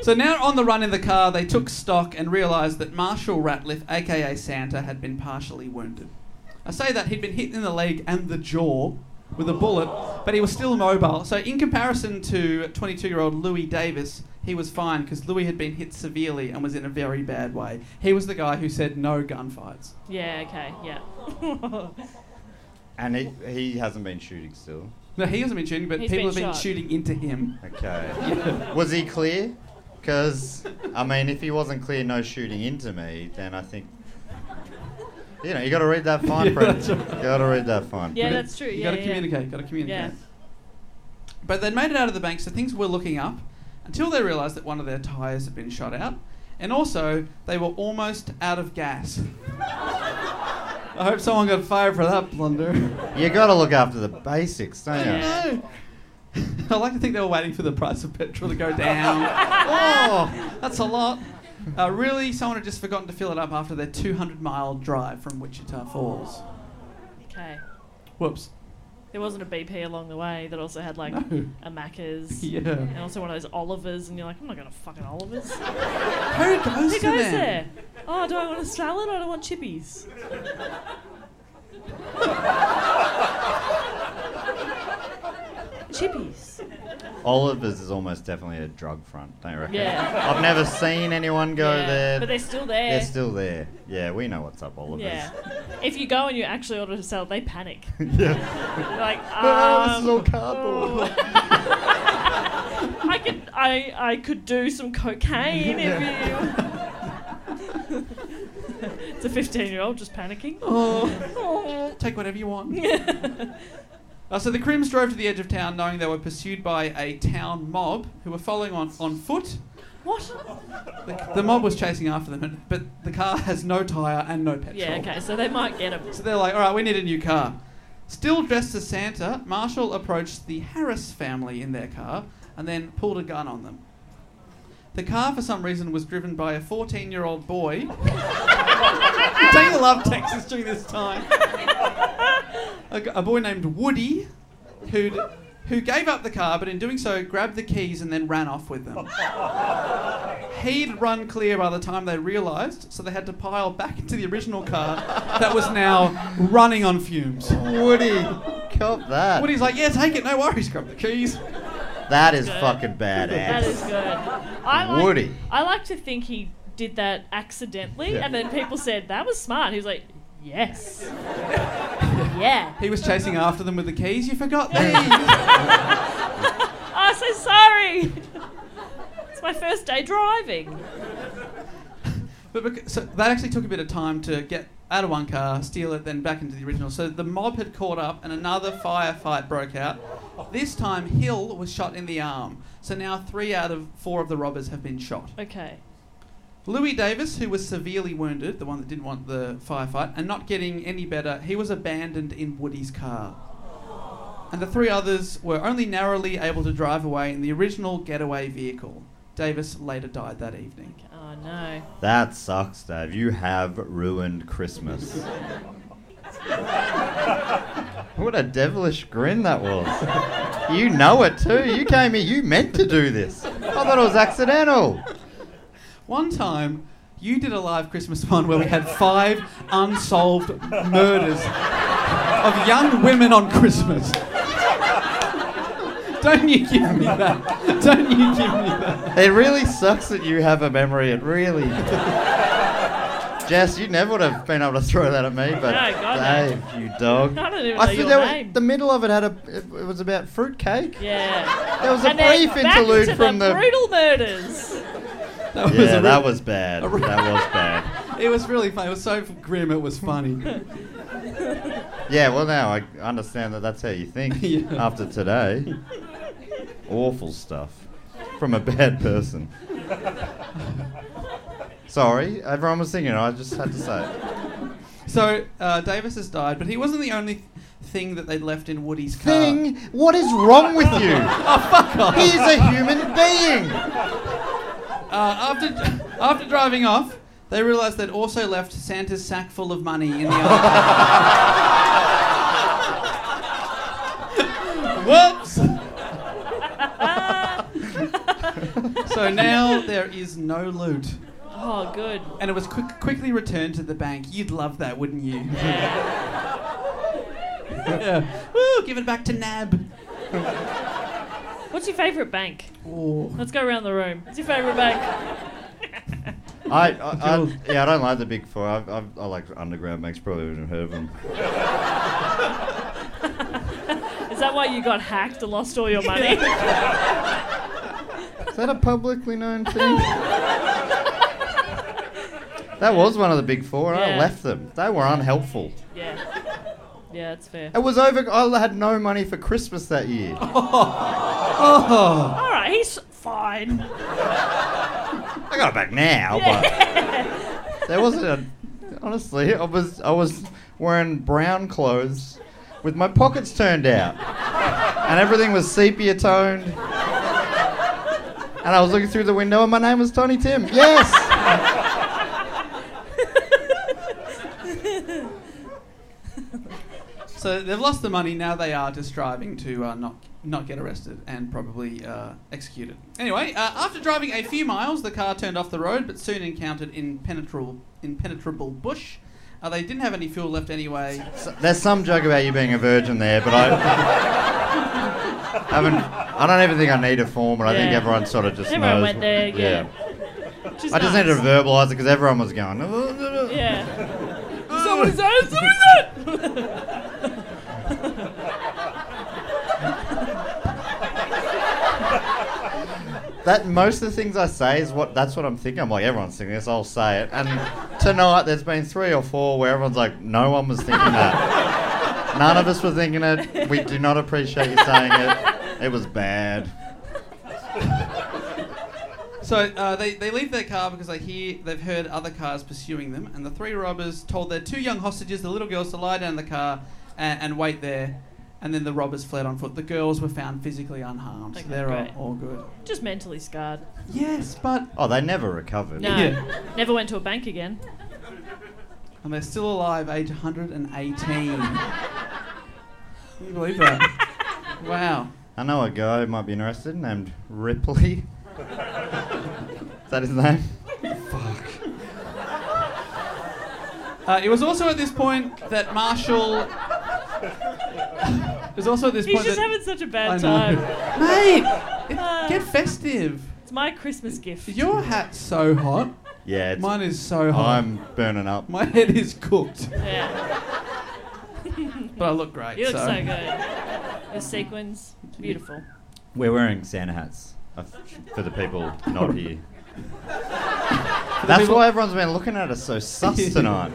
S2: so now on the run in the car, they took stock and realised that Marshall Ratliff, aka Santa, had been partially wounded. I say that he'd been hit in the leg and the jaw with a bullet, but he was still mobile. So in comparison to 22-year-old Louis Davis, he was fine because Louis had been hit severely and was in a very bad way. He was the guy who said no gunfights.
S4: Yeah, okay, yeah.
S5: Oh, And he, he hasn't been shooting still.
S2: No, he hasn't been shooting, but
S4: He's
S2: people
S4: been
S2: have been
S4: shot.
S2: shooting into him.
S5: Okay. Was he clear? Because I mean, if he wasn't clear, no shooting into me, then I think. You know, you got to read that fine print. You got to read that fine
S4: Yeah,
S5: print.
S4: that's true.
S2: You
S4: yeah,
S2: gotta
S4: yeah.
S2: communicate, gotta communicate.
S4: Yeah.
S2: But they'd made it out of the bank, so things were looking up until they realised that one of their tyres had been shot out. And also, they were almost out of gas. I hope someone got fired for that blunder.
S5: You got to look after the basics, don't you?
S4: Yeah.
S2: No. I like to think they were waiting for the price of petrol to go down. oh, that's a lot. Uh, really, someone had just forgotten to fill it up after their 200 mile drive from Wichita Falls.
S4: Okay.
S2: Whoops.
S4: There wasn't a BP along the way that also had like
S2: No.
S4: a Macca's
S2: Yeah.
S4: and also one of those Olivers, and you're like, I'm not going to fucking Olivers. Who
S2: Who goes,
S4: goes
S2: to them?
S4: there? Oh, do I want a salad or do I want chippies? chippies.
S5: Oliver's is almost definitely a drug front, don't you reckon?
S4: Yeah.
S5: I've never seen anyone go
S4: yeah.
S5: there.
S4: But they're still there.
S5: They're still there. Yeah, we know what's up, Oliver's.
S4: yeah. If you go and you actually order a salad, they panic.
S5: yeah.
S4: They're like,
S5: Oh, this
S4: um,
S5: is all cardboard.
S4: I could I, I could do some cocaine if you. it's a 15 year old just panicking.
S2: Oh, take whatever you want. Uh, so the Crims drove to the edge of town knowing they were pursued by a town mob who were following on, on foot.
S4: What?
S2: The, the mob was chasing after them, and- but the car has no tyre and no petrol.
S4: Yeah, okay, so they might get him.
S2: So they're like, all right, we need a new car. Still dressed as Santa, Marshall approached the Harris family in their car and then pulled a gun on them. The car, for some reason, was driven by a 14 year old boy. Don't you love Texas during this time? A, g- a boy named Woody, who'd, who gave up the car, but in doing so, grabbed the keys and then ran off with them. He'd run clear by the time they realised, so they had to pile back into the original car that was now running on fumes.
S5: Woody, cop that.
S2: Woody's like, yeah, take it, no worries, grab the keys.
S5: that is fucking badass.
S4: That is good. I like,
S5: Woody.
S4: I like to think he did that accidentally,
S5: Yeah.
S4: and then people said, that was smart. He was like, yes. yeah.
S2: He was chasing after them with the keys. You forgot these.
S4: I'm "Oh, so sorry. it's my first day driving.
S2: But bec- so that actually took a bit of time to get out of one car, steal it, then back into the original. So the mob had caught up, and another firefight broke out. This time, Hill was shot in the arm. So now three out of four of the robbers have been shot.
S4: Okay.
S2: Louis Davis, who was severely wounded, the one that didn't want the firefight, and not getting any better, he was abandoned in Woody's car. And the three others were only narrowly able to drive away in the original getaway vehicle. Davis later died that evening.
S4: Oh, no.
S5: That sucks, Dave. You have ruined Christmas. what a devilish grin that was. You know it too. You came here, you meant to do this. I thought it was accidental.
S2: One time, you did a live Christmas one where we had five unsolved murders of young women on Christmas. Don't you give me that. Don't you give me that.
S5: It really sucks that you have a memory. It really. Jess, you never would have been able to throw that at me, but
S7: No, God,
S5: Dave, you dog.
S7: I don't even know
S5: I
S7: your
S5: there was-
S7: name.
S5: the middle of it had a. It, it was about fruitcake.
S7: yeah.
S5: There was a
S7: and then
S5: brief
S7: back
S5: interlude
S7: to
S5: from
S7: the,
S5: the.
S7: brutal murders.
S2: That was
S5: yeah,
S2: a
S5: that was bad. That was bad.
S2: real- It was really funny. It was so grim. It was funny.
S5: Yeah, well now I understand that that's how you think
S2: Yeah.
S5: after today. Awful stuff from a bad person. Sorry, everyone was thinking. I just had to say it.
S2: So uh, Davis has died, but he wasn't the only thing that they'd left in Woody's car.
S5: Thing, what is wrong with you? He's a human being.
S2: Uh, after after driving off, they realised they'd also left Santa's sack full of money in the other car. Whoops.
S7: Ah.
S2: so now there is no loot,
S7: Oh, good.
S2: and it was quick, quickly returned to the bank. You'd love that, wouldn't you? yeah. Woo, give it back to Nab.
S7: What's your favourite bank?
S2: Oh.
S7: Let's go around the room. What's your favourite bank?
S5: I, I, I yeah, I don't like the big four. I, I, I like underground banks. Probably wouldn't have heard of them.
S7: Is that why you got hacked and lost all your money?
S5: Is that a publicly known thing? that was one of the big four. I
S7: Yeah.
S5: left them. They were unhelpful.
S7: yeah. Yeah, that's fair.
S5: It was over. I had no money for Christmas that year.
S7: All right, he's fine.
S5: I got it back now, but there wasn't a. Honestly, I was I was wearing brown clothes with my pockets turned out, and everything was sepia toned. And I was looking through the window, and my name was Tony Tim. Yes,
S2: So they've lost the money. Now they are just driving to uh, not not get arrested and probably uh, executed. Anyway, uh, after driving a few miles, the car turned off the road, but soon encountered impenetrable impenetrable bush. Uh, they didn't have any fuel left anyway.
S5: So there's some joke about you being a virgin there, but I haven't. I don't even think I need a form, and I think
S7: Yeah.
S5: everyone sort of just
S7: Everyone
S5: knows.
S7: went there, yeah. Which is
S5: I just
S7: nice.
S5: needed to verbalise it because everyone was going. "Oh, oh, oh, oh."
S7: Yeah. Somebody's out, somebody's out!
S5: That most of the things I say is what that's what I'm thinking. I'm like everyone's thinking this, I'll say it. And tonight there's been three or four where everyone's like, no one was thinking that. None of us were thinking it. We do not appreciate you saying it. It was bad.
S2: So uh, they they leave their car because they hear they've heard other cars pursuing them, and the three robbers told their two young hostages, the little girls, to lie down in the car and, and wait there. And then the robbers fled on foot. The girls were found physically unharmed.
S7: Okay,
S2: so they're all,
S7: great.
S2: all good.
S7: Just mentally scarred.
S2: Yes, but
S5: Oh, they never recovered.
S7: No.
S2: Yeah.
S7: Never went to a bank again.
S2: And they're still alive, age 118. Can you believe that? Wow.
S5: I know a guy who might be interested named Ripley. is that his name?
S2: Uh, it was also at this point that Marshall. it was also at this
S7: He's
S2: point
S7: just
S2: that.
S7: having such a bad
S2: I know.
S7: time.
S2: Mate! it-
S7: Ah.
S2: get festive.
S7: It's my Christmas gift.
S2: Your hat's so hot.
S5: Yeah, it's,
S2: Mine is so hot.
S5: I'm burning up.
S2: My head is cooked.
S7: Yeah.
S2: But I look great.
S7: You look so,
S2: so.
S7: good. The sequins, beautiful.
S5: We're wearing Santa hats uh, for the people not here. That's why everyone's been looking at us so sus tonight.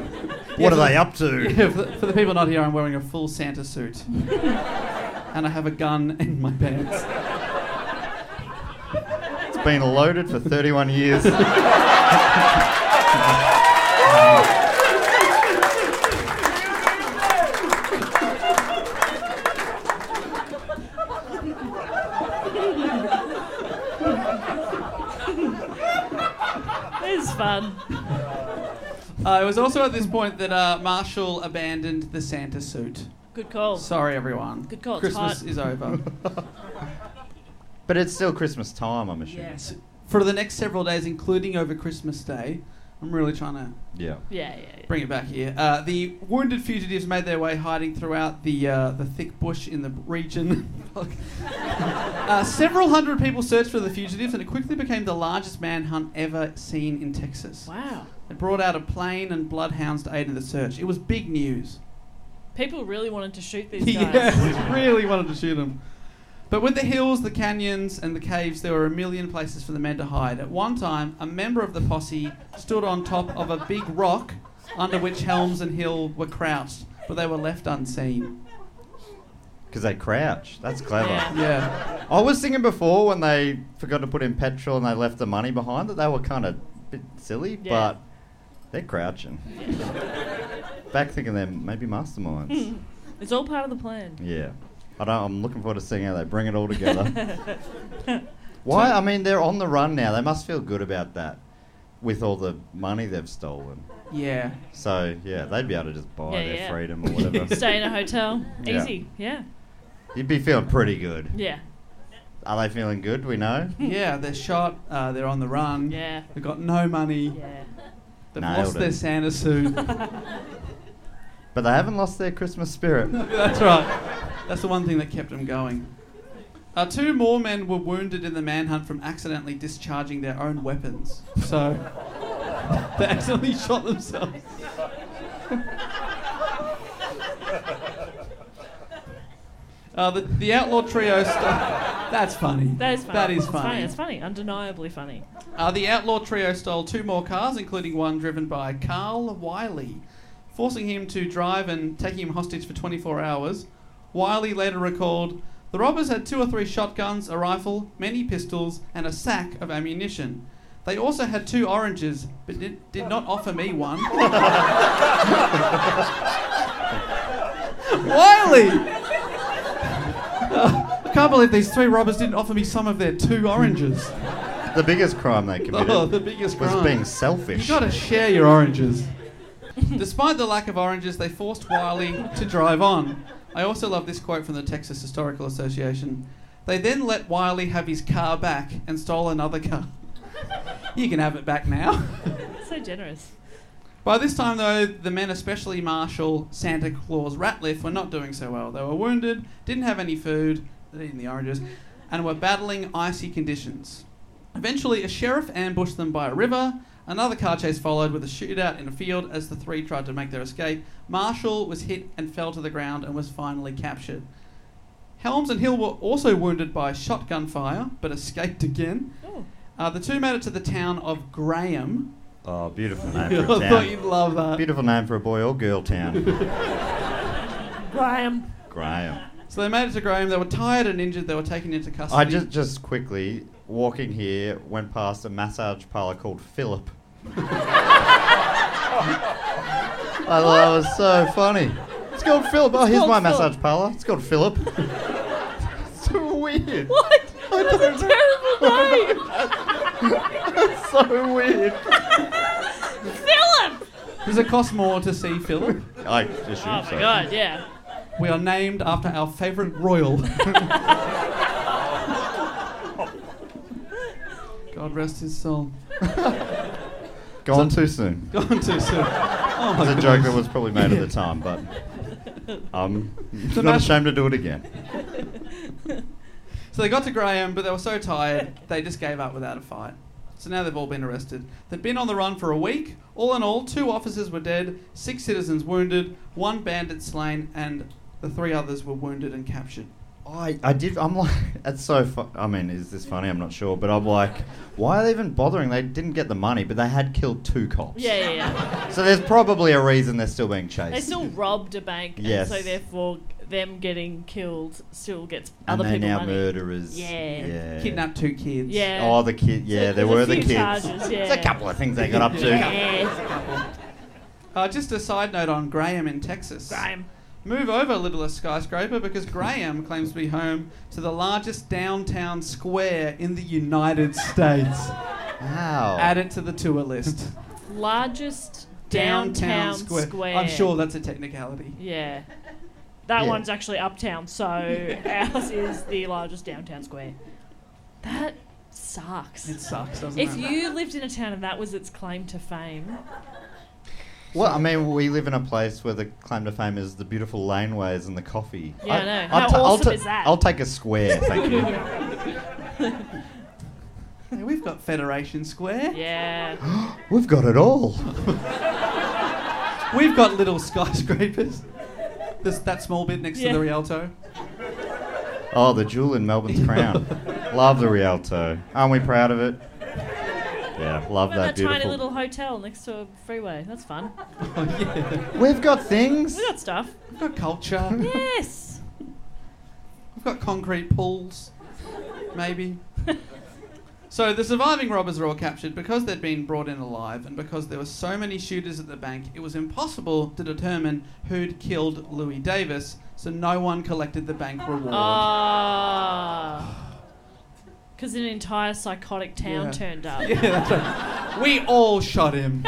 S5: What are they up to?
S2: Yeah, for, the, for the people not here, I'm wearing a full Santa suit. and I have a gun in my pants.
S5: It's been loaded for 31 years.
S7: This is fun.
S2: Uh, it was also at this point that uh, Marshall abandoned the Santa suit.
S7: Good call.
S2: Sorry, everyone.
S7: Good call, it's
S2: Christmas
S7: hot.
S2: is over.
S5: But it's still Christmas time, I'm assuming.
S2: S- For the next several days, including over Christmas Day, I'm really trying to
S5: Yeah.
S4: Yeah, yeah. yeah.
S2: Bring it back here. Uh, the wounded fugitives made their way hiding throughout the uh, the thick bush in the region. uh, several hundred people searched for the fugitives, and it quickly became the largest manhunt ever seen in Texas.
S4: Wow.
S2: They brought out a plane and bloodhounds to aid in the search. It was big news.
S7: People really wanted to shoot these guys.
S2: yeah, really wanted to shoot them. But with the hills, the canyons, and the caves, there were a million places for the men to hide. At one time, a member of the posse stood on top of a big rock under which Helms and Hill were crouched, but they were left unseen.
S5: Because they crouch. That's clever.
S2: Yeah.
S5: I was thinking before when they forgot to put in petrol and they left the money behind that they were kind of a bit silly,
S4: Yeah.
S5: but they're crouching. Back thinking they're maybe masterminds.
S7: It's all part of the plan.
S5: yeah. I don't, I'm looking forward to seeing how they bring it all together. Why? I mean, they're on the run now. They must feel good about that with all the money they've stolen.
S2: Yeah.
S5: So, yeah, they'd be able to just buy
S4: Yeah,
S5: their
S4: yeah.
S5: freedom or whatever.
S7: Stay in a hotel.
S5: Yeah.
S7: Easy. Yeah.
S5: You'd be feeling pretty good.
S7: Yeah.
S5: Are they feeling good? We know.
S2: Yeah, they're shot, uh, they're on the run,
S7: Yeah.
S2: they've got no money,
S7: Yeah.
S2: they've
S5: Nailed
S2: lost
S5: it.
S2: their Santa suit.
S5: But they haven't lost their Christmas spirit.
S2: That's right. That's the one thing that kept them going. Uh, two more men were wounded in the manhunt from accidentally discharging their own weapons. So they accidentally shot themselves. Uh, the, the outlaw trio. St- that's funny.
S7: That is funny.
S2: That is
S7: It's
S2: funny.
S7: It's funny. Undeniably funny.
S2: Uh, the outlaw trio stole two more cars, including one driven by Carl Wiley, forcing him to drive and taking him hostage for 24 hours. Wiley later recalled the robbers had two or three shotguns, a rifle, many pistols, and a sack of ammunition. They also had two oranges, but did, did not offer me one. Wiley! I can't believe these three robbers didn't offer me some of their two oranges.
S5: The biggest crime they committed
S2: Oh, the biggest
S5: was
S2: crime.
S5: being selfish.
S2: You gotta share your oranges. Despite the lack of oranges, they forced Wiley to drive on. I also love this quote from the Texas Historical Association. They then let Wiley have his car back and stole another car. you can have it back now.
S7: So generous.
S2: By this time, though, the men, especially Marshall, Santa Claus, Ratliff, were not doing so well. They were wounded, didn't have any food, they'd eaten the oranges, and were battling icy conditions. Eventually, a sheriff ambushed them by a river. Another car chase followed with a shootout in a field as the three tried to make their escape. Marshall was hit and fell to the ground and was finally captured. Helms and Hill were also wounded by shotgun fire, but escaped again.
S7: Oh.
S2: Uh, the two made it to the town of Graham.
S5: oh, beautiful name
S2: I
S5: for a
S2: thought you'd
S5: town.
S2: love that.
S5: Beautiful name for a boy or girl town.
S7: Graham.
S5: Graham.
S2: So they made it to Graham. They were tired and injured. They were taken into custody.
S5: I just just quickly walking here went past a massage parlor called Philip. I thought that was so funny. It's called Philip. Oh, here's
S7: called
S5: my
S7: Philip.
S5: massage parlor. It's called Philip. so weird.
S7: What? That's a terrible name.
S5: So weird.
S7: Philip.
S2: Does it cost more to see Philip?
S5: I assume
S7: Oh
S5: so.
S7: my god. Yeah.
S2: We are named after our favourite royal. God rest his soul.
S5: Gone too soon.
S2: Gone too soon. Oh my
S5: It's a
S2: god.
S5: joke that was probably made at the time, but I'm not
S2: mas-
S5: ashamed to do it again.
S2: So they got to Graham, but they were so tired they just gave up without a fight. So now they've all been arrested. They'd been on the run for a week. All in all, two officers were dead, six citizens wounded, one bandit slain, and the three others were wounded and captured.
S5: I, I did. I'm like, that's so. Fu- I mean, is this funny? I'm not sure, but I'm like, why are they even bothering? They didn't get the money, but they had killed two cops.
S7: Yeah, yeah, yeah.
S5: So there's probably a reason they're still being chased.
S7: They still robbed a bank,
S5: Yes.
S7: and so therefore them getting killed still gets
S5: and
S7: other
S5: they're
S7: people
S5: now
S7: money.
S5: murderers.
S7: Yeah.
S5: yeah.
S2: Kidnapped two kids.
S7: Yeah.
S5: Oh, the kid.
S7: So
S5: Yeah, there
S7: there's
S5: were
S7: a
S5: the
S7: few
S5: kids.
S7: charges,
S5: There's a
S7: yeah.
S5: couple of things they got up to.
S7: Yes.
S2: Uh, just a side note on Graham in Texas.
S7: Graham.
S2: Move over, littlest skyscraper, because Graham claims to be home to the largest downtown square in the United States.
S5: Wow.
S2: Add it to the tour list.
S7: Largest downtown, square.
S2: I'm sure that's a technicality.
S7: Yeah. That
S5: Yeah.
S7: one's actually uptown, so ours is the largest downtown square. That sucks.
S2: It sucks, doesn't
S7: If
S2: it?
S7: you lived in a town and that was its claim to fame,
S5: Well, I mean, we live in a place where the claim to fame is the beautiful laneways and the coffee.
S7: Yeah, I know. How
S5: ta-
S7: awesome
S5: ta-
S7: is that?
S5: I'll take a square, thank you.
S2: Hey, we've got Federation Square.
S7: yeah.
S5: We've got it all.
S2: We've got little skyscrapers. This, that small bit next
S7: Yeah.
S2: to the Rialto.
S5: Oh, the jewel in Melbourne's crown. love the Rialto. Aren't we proud of it? Yeah,
S7: What
S5: love that
S7: about that
S5: beautiful.
S7: tiny little hotel next to a freeway? That's fun.
S5: We've got things.
S7: We got stuff.
S2: We've got culture.
S7: Yes.
S2: We've got concrete pools, maybe. so the surviving robbers are all captured because they'd been brought in alive, and because there were so many shooters at the bank, it was impossible to determine who'd killed Louis Davis. So no one collected the bank reward.
S4: Oh,
S7: Ah. Because an entire psychotic town
S2: Yeah.
S7: turned up.
S2: Yeah, that's right. We all shot him.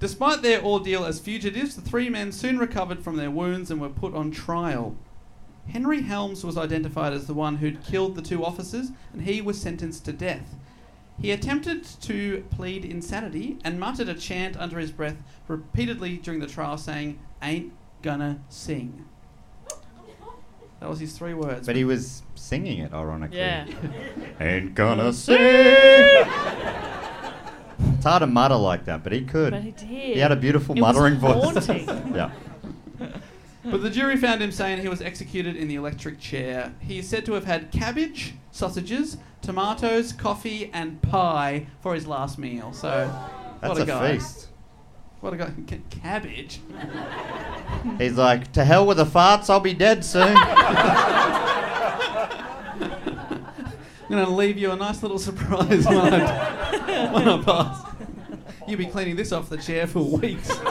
S2: Despite their ordeal as fugitives, the three men soon recovered from their wounds and were put on trial. Henry Helms was identified as the one who'd killed the two officers, and he was sentenced to death. He attempted to plead insanity and muttered a chant under his breath repeatedly during the trial, saying, Ain't gonna sing. That was his three words.
S5: But he was singing it, ironically.
S7: Yeah.
S5: Ain't gonna sing. it's hard to mutter like that, but he could.
S7: But he did.
S5: He had a beautiful
S7: It was
S5: muttering voice.
S7: haunting.
S5: yeah.
S2: But the jury found him sane. He was executed in the electric chair. He is said to have had cabbage, sausages, tomatoes, coffee, and pie for his last meal. So,
S5: That's
S2: what a,
S5: a
S2: guy!
S5: feast.
S2: What a guy! C- cabbage.
S5: He's like, to hell with the farts, I'll be dead soon.
S2: I'm gonna leave you a nice little surprise when I, when I pass. You'll be cleaning this off the chair for weeks.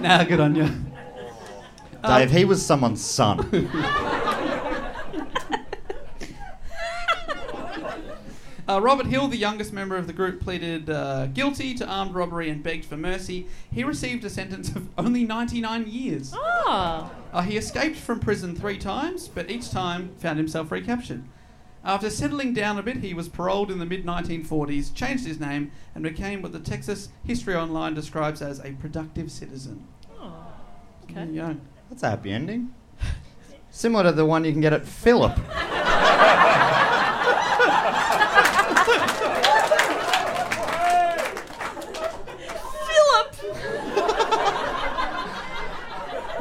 S2: now, good on you.
S7: Uh,
S5: Dave, he was someone's son.
S2: Uh, Robert Hill, the youngest member of the group, pleaded uh, guilty to armed robbery and begged for mercy. He received a sentence of only 99 years.
S4: Oh.
S7: Ah.
S2: Uh, he escaped from prison three times, but each time found himself recaptured. After settling down a bit, he was paroled in the mid 1940s, changed his name, and became what the Texas History Online describes as a productive citizen. There
S7: Okay.
S2: you go.
S5: That's a happy ending. Similar to the one you can get at Philip.
S7: Philip.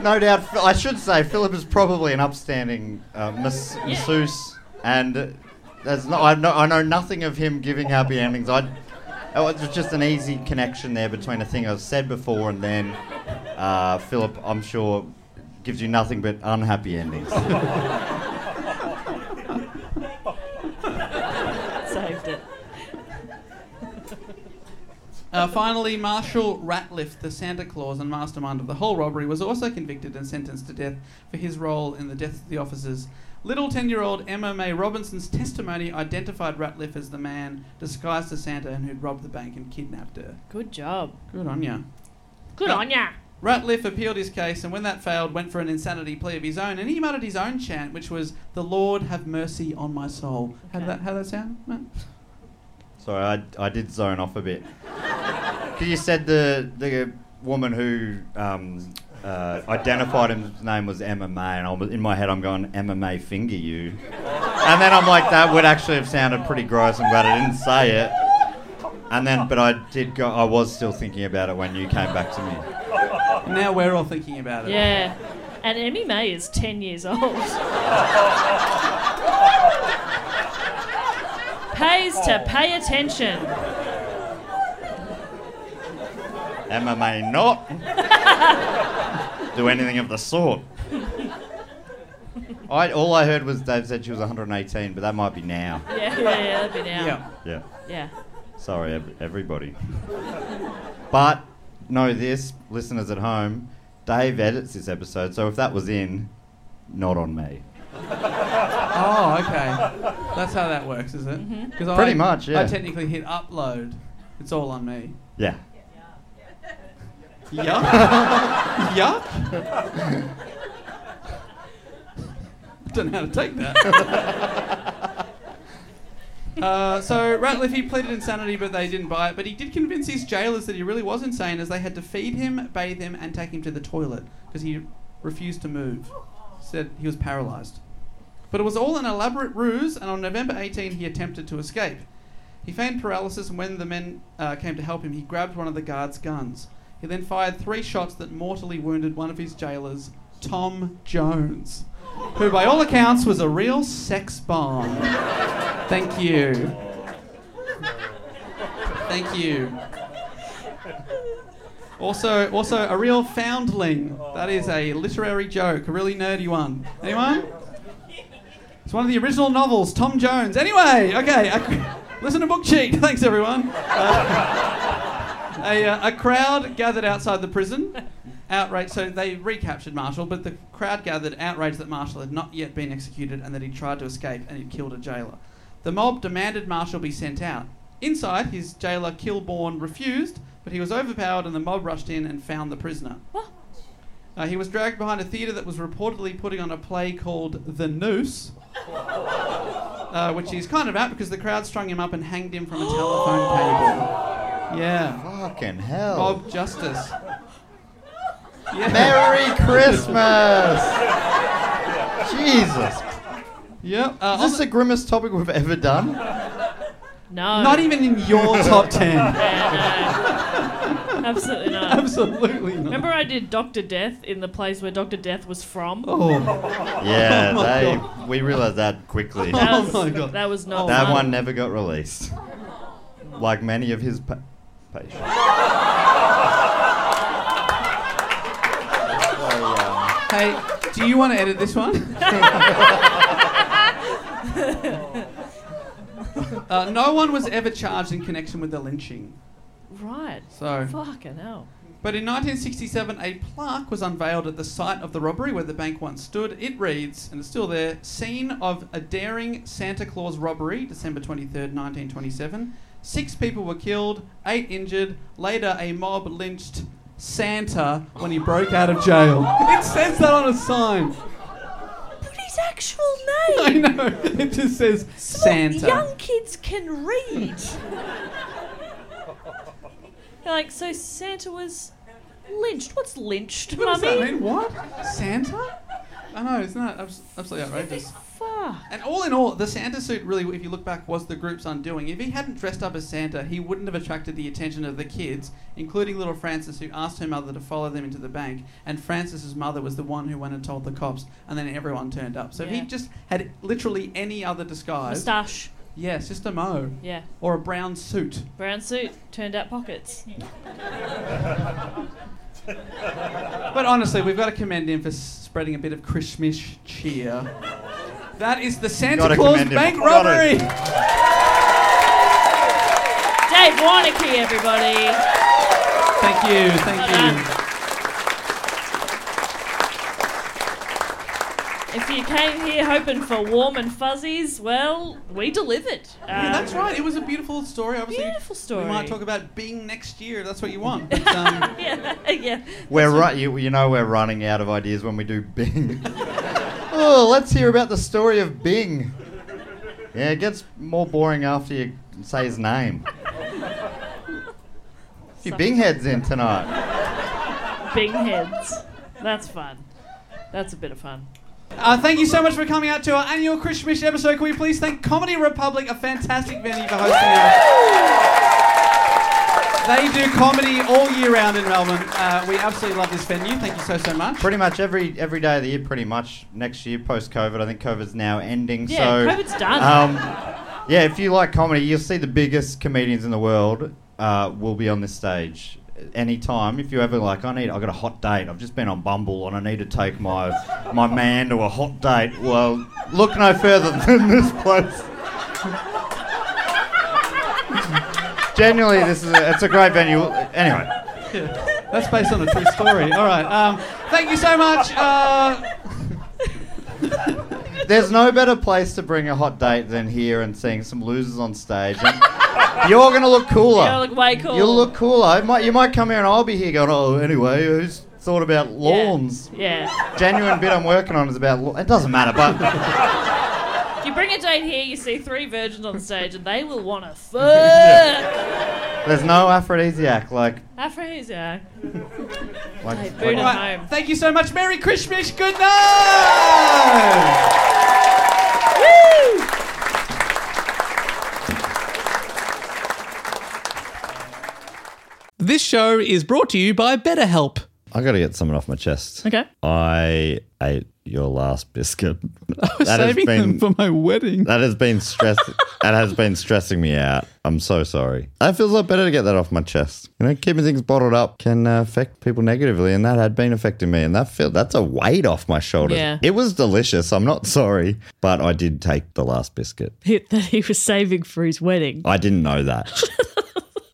S5: No doubt, Phil- I should say, Philip is probably an upstanding uh, mas- masseuse, and uh, there's no, I, know, I know nothing of him giving happy endings. I, it was just an easy connection there between a thing I've said before and then uh, Philip, I'm sure, gives you nothing but unhappy endings.
S7: Saved it.
S2: Uh, finally, Marshall Ratliff, the Santa Claus and mastermind of the whole robbery, was also convicted and sentenced to death for his role in the death of the officers. Little 10 year old Emma May Robinson's testimony identified Ratliff as the man disguised as Santa and who'd robbed the bank and kidnapped her.
S7: Good job.
S2: Good on ya.
S7: Good on ya.
S2: Ratliff appealed his case and, when that failed, went for an insanity plea of his own and he muttered his own chant, which was, The Lord have mercy on my soul. How
S7: Okay.
S2: did that, how that sound, Matt?
S5: Sorry, I, I did zone off a bit. 'Cause you said the the woman who um, uh, identified him's name was Emma May, and I was, in my head I'm going Emma May finger you, and then I'm like that would actually have sounded pretty gross. I'm glad I didn't say it. And then, but I did go. I was still thinking about it when you came back to me.
S2: Now we're all thinking about it.
S7: Yeah. And Emmy May is 10 years old. Pays to pay attention.
S5: Emma may not do anything of the sort. I, all I heard was Dave said she was 118, but that might be now.
S7: Yeah, yeah, yeah, that'd be now.
S2: Yeah.
S5: Yeah.
S7: Yeah.
S5: Sorry, ev- everybody. but know this, listeners at home, Dave edits this episode, so if that was in, not on me.
S2: Oh, okay. That's how that works, is it? Because
S5: Pretty much, yeah.
S2: I technically hit upload. It's all on me.
S5: Yeah.
S2: Yuck. Yuck. don't know how to take that. Uh, so Ratliff he pleaded insanity, but they didn't buy it. But he did convince his jailers that he really was insane, as they had to feed him, bathe him, and take him to the toilet because he refused to move. Said he was paralysed. But it was all an elaborate ruse, and on November 18 he attempted to escape. He feigned paralysis, and when the men uh, came to help him, he grabbed one of the guards' guns. He then fired three shots that mortally wounded one of his jailers, Tom Jones, who, by all accounts, was a real sex bomb. Thank you. Thank you. Also, also a real foundling. That is a literary joke, a really nerdy one. Anyone? It's one of the original novels, Tom Jones. Anyway, okay. I- listen to Book Cheat. Thanks, everyone. Uh, a, uh, a crowd gathered outside the prison, outraged. So they recaptured Marshall, but the crowd gathered outraged that Marshall had not yet been executed and that he tried to escape and he'd killed a jailer. The mob demanded Marshall be sent out. Inside, his jailer Kilbourne refused, but he was overpowered and the mob rushed in and found the prisoner. Uh, he was dragged behind a theatre that was reportedly putting on a play called The Noose, uh, which is kind of apt because the crowd strung him up and hanged him from a telephone cable. Yeah,
S5: Fucking hell.
S2: mob justice. Yeah.
S5: Merry Christmas! Jesus.
S2: Yep. Uh,
S5: Is this
S2: on
S5: the grimmest topic we've ever done?
S2: the-
S4: No.
S2: not even in your top ten.
S4: Yeah, no. Absolutely not.
S2: Absolutely not.
S4: Remember, I did Doctor Death in the place where Doctor Death was from.
S2: Oh,
S5: Yeah,
S2: my
S5: they,
S2: God.
S5: we realised that quickly.
S4: That
S2: Oh
S4: was-
S2: my God.
S4: That was not
S5: That
S4: fun.
S5: one never got released. Like many of his pa- patients.
S2: hey, do you want to edit this one? uh, no one was ever charged in connection with the lynching.
S4: Right.
S2: So,
S4: Fucking hell.
S2: but in 1967, a plaque was unveiled at the site of the robbery where the bank once stood. It reads, and it's still there: "Scene of a daring Santa Claus robbery, December 23rd, 1927. Six people were killed, eight injured. Later, a mob lynched Santa when he broke out of jail." It says that on a sign.
S7: Put his actual name.
S2: I know. It just says
S7: Look,
S2: Santa.
S7: Young kids can read.
S4: Like, so Santa was lynched. What's lynched,
S2: What does
S4: mummy?
S2: that mean? What? Santa? I know, isn't that abs- absolutely outrageous?
S4: Fuck.
S2: And all in all, the Santa suit really, if you look back, was the group's undoing. If he hadn't dressed up as Santa, he wouldn't have attracted the attention of the kids, including little Frances, who asked her mother to follow them into the bank. And Frances's mother was the one who went and told the cops, and then everyone turned up. So if he
S4: Yeah.
S2: just had literally any other disguise.
S4: Mustache.
S2: Yes, just a mo.
S4: Yeah.
S2: Or a brown suit.
S4: Brown suit, turned out pockets.
S2: But honestly, we've got to commend him for spreading a bit of Christmas cheer. That is the Santa
S5: Gotta
S2: Claus
S5: commend him.
S2: bank
S5: Gotta.
S2: robbery.
S4: Dave Warnicky, everybody.
S2: Thank you, thank
S4: Well
S2: you.
S4: If you came here hoping for warm and fuzzies, well, we delivered. Um,
S2: Yeah, that's right. It was a beautiful story. Obviously,
S4: Beautiful story.
S2: We might talk about Bing next year. if That's what you want. But, um,
S4: Yeah, yeah.
S5: We're ru- you, you know we're running out of ideas when we do Bing. oh, let's hear about the story of Bing. Yeah, it gets more boring after you say his name. A few Bing heads in tonight.
S4: Big heads. That's fun. That's a bit of fun.
S2: uh, thank you so much for coming out to our annual Christmas episode. Can we please thank Comedy Republic, a fantastic venue for hosting us. They do comedy all year round in Melbourne. Uh, we absolutely love this venue. Thank you so so much.
S5: Pretty much every every day of the year, pretty much next year post COVID. I think COVID's now ending.
S4: Yeah,
S5: so
S4: COVID's done.
S5: Um, yeah, if you like comedy, you'll see the biggest comedians in the world uh, will be on this stage anytime. If you ever like, I need, I got a hot date. I've just been on Bumble and I need to take my my man to a hot date. Well, look no further than this place. Genuinely, this is a, it's a great venue. Anyway.
S2: That's based on a true story. All right. Um, thank you so much. Uh,
S5: There's no better place to bring a hot date than here and seeing some losers on stage. And you're gonna look cooler.
S4: You're gonna look way cool.
S5: You'll look cooler. It might, you might come here and I'll be here going, oh, anyway, who's
S1: thought about lawns.
S5: Yeah.
S1: Genuine bit I'm working on is about lawn. It doesn't matter, but
S5: If you bring a date here, you see three virgins on stage, and they will want to fuck.
S1: there's no aphrodisiac like
S5: Aphrodisiac.
S1: like.
S5: Boot
S1: like-
S5: at home.
S2: Thank you so much. Merry Christmas. Good night. This show is brought to you by BetterHelp.
S1: I got to get something off my chest.
S4: Okay.
S1: I ate your last biscuit.
S5: Oh,
S1: that
S2: Saving them for my wedding.
S1: that has been stress. that has been stressing me out. I'm so sorry. That feels a lot better to get that off my chest. You know, keeping things bottled up can uh, affect people negatively, and that had been affecting me. And that feel that's a weight off my shoulders.
S4: Yeah.
S1: It was delicious. I'm not sorry, but I did take the last biscuit.
S4: That he was saving for his wedding.
S1: I didn't know that.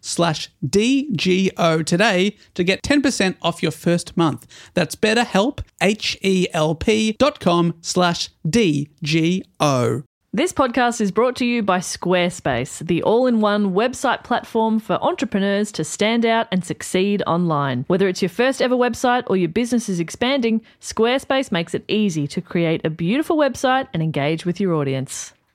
S2: slash DGO today to get 10% off your first month. That's betterhelp, H-E-L-P dot com slash D-G-O.
S4: This podcast is brought to you by Squarespace, the all in one website platform for entrepreneurs to stand out and succeed online. Whether it's your first ever website or your business is expanding, Squarespace makes it easy to create a beautiful website and engage with your audience.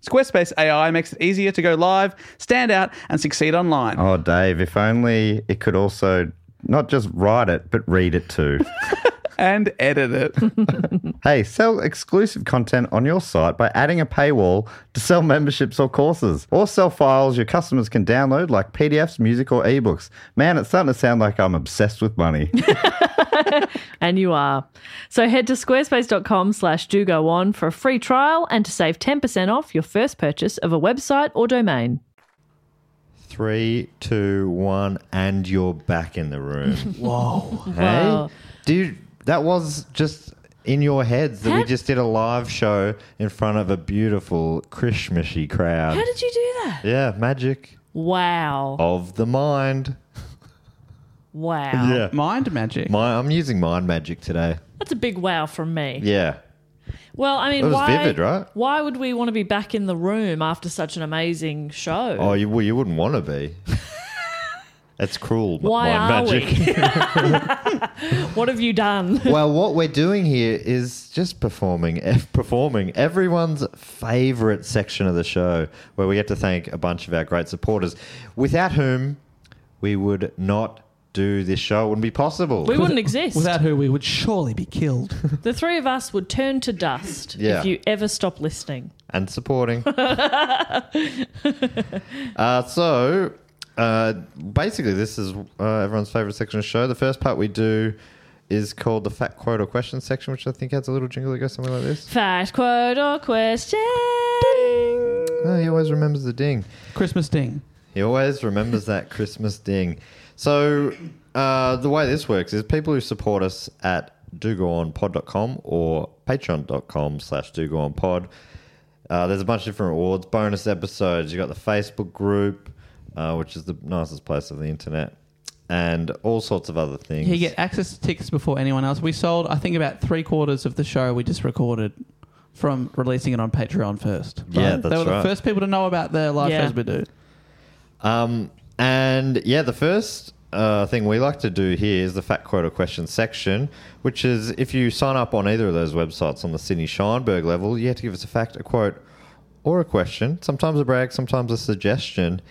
S2: Squarespace AI makes it easier to go live, stand out, and succeed online.
S1: oh, Dave, if only it could also not just write it, but read it too.
S2: And edit it.
S1: hey, sell exclusive content on your site by adding a paywall to sell memberships or courses, or sell files your customers can download like PDFs, music, or ebooks. Man, it's starting to sound like I'm obsessed with money.
S4: And you are. So head to squarespace.com slash do go on for a free trial and to save 10% off your first purchase of a website or domain.
S1: Three, two, one, and you're back in the room. Whoa. Hey?
S4: Wow.
S1: Dude, that was just in your heads that we
S5: How-
S1: just did a live show in front of a beautiful Krishmashy crowd.
S5: How did you do that?
S1: yeah, magic
S4: Wow.
S1: of the mind.
S4: Wow.
S1: Yeah.
S2: Mind magic.
S1: My, I'm using mind magic today.
S4: That's a big wow from me.
S1: Yeah.
S4: Well, I mean,
S1: It was
S4: why,
S1: vivid, right?
S4: why would we want to be back in the room after such an amazing show?
S1: Oh, you, well, you wouldn't want to be. That's cruel. m-
S4: why
S1: mind
S4: are
S1: magic.
S4: we? what have you done?
S1: well, what we're doing here is just performing, e, performing everyone's favorite section of the show, where we get to thank a bunch of our great supporters, without whom we would not do this show. It wouldn't be possible.
S4: We wouldn't exist.
S2: Without who, we would surely be killed.
S4: the three of us would turn to dust
S1: Yeah.
S4: if you ever stop listening.
S1: and supporting. uh, so, uh, basically, this is uh, everyone's favorite section of the show. The first part we do is called the fact quote or question section, which I think has a little jingle that goes something like this.
S4: Fact, quote, or question.
S1: Oh, he always remembers the ding.
S2: Christmas ding.
S1: He always remembers that Christmas ding. So uh, the way this works is people who support us at dogoonpod.com or patreon.com slash dogoonpod. Uh, there's a bunch of different awards, bonus episodes. You've got the Facebook group, uh, which is the nicest place on the internet, and all sorts of other things.
S2: Yeah, you get access to tickets before anyone else. We sold, I think, about three quarters of the show we just recorded from releasing it on Patreon first.
S1: Yeah, that's
S2: They were
S1: right.
S2: the first people to know about the live
S4: Yeah.
S2: shows we do.
S1: Um, and yeah, the first uh, thing we like to do here is the fact quote or question section, which is if you sign up on either of those websites on the Sydney Scheinberg level, you have to give us a fact, a quote, or a question. Sometimes a brag, sometimes a suggestion.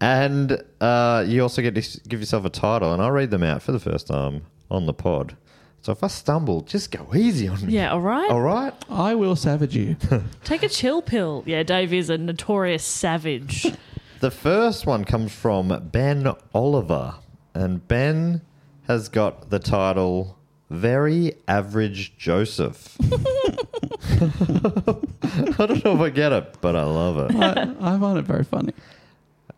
S1: And uh, you also get to s- give yourself a title, and I'll read them out for the first time on the pod. So if I stumble, just go easy on me.
S4: Yeah, all right.
S1: All right.
S2: I will savage you.
S4: Take a chill pill. Yeah, Dave is a notorious savage.
S1: The first one comes from Ben Oliver, and Ben has got the title Very Average Joseph. I don't know if I get it, but I love it.
S2: I, I find it very funny.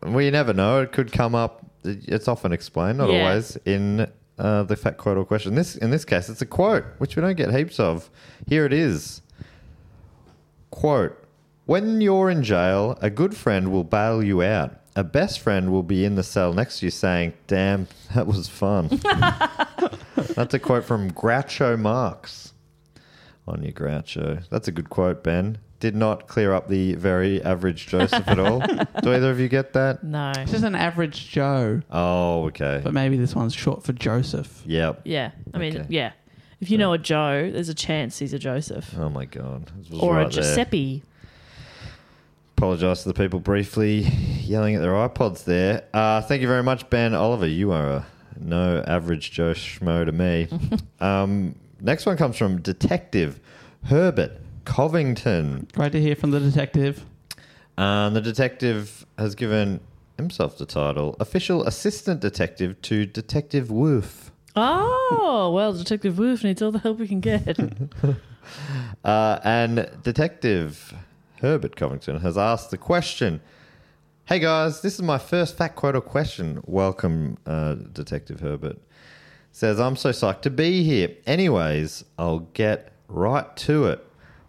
S1: We never know. It could come up. It's often explained, not
S2: Yeah.
S1: always, in uh, the fact quote or question. This in this case, it's a quote, which we don't get heaps of. Here it is. Quote: When you're in jail, a good friend will bail you out. A best friend will be in the cell next to you saying, "Damn, that was fun." That's a quote from Groucho Marx. On your Groucho. That's a good quote, Ben. Did not clear up the very average Joseph at all. Do either of you get that?
S4: No.
S2: It's just an average Joe,
S1: Oh, okay.
S2: but maybe this one's short for Joseph.
S1: Yep.
S4: Yeah. I mean,
S1: Okay.
S4: yeah. If you know a Joe, there's a chance he's a Joseph
S1: Oh my god. This was
S4: or
S1: right
S4: a
S1: there.
S4: Giuseppe.
S1: Apologise to the people briefly yelling at their iPods there. Uh, thank you very much, Ben Oliver. You are a no average Joe Schmo to me. um, next one comes from Detective Herbert Covington.
S2: Great to hear from the detective.
S1: Um, the detective has given himself the title Official Assistant Detective to Detective Wolf.
S4: Oh, well, Detective Wolf needs all the help he can get.
S1: Uh, and Detective Herbert Covington has asked the question Hey guys, this is my first fact quote or question. Welcome, uh, Detective Herbert. Says, I'm so psyched to be here. Anyways, I'll get right to it.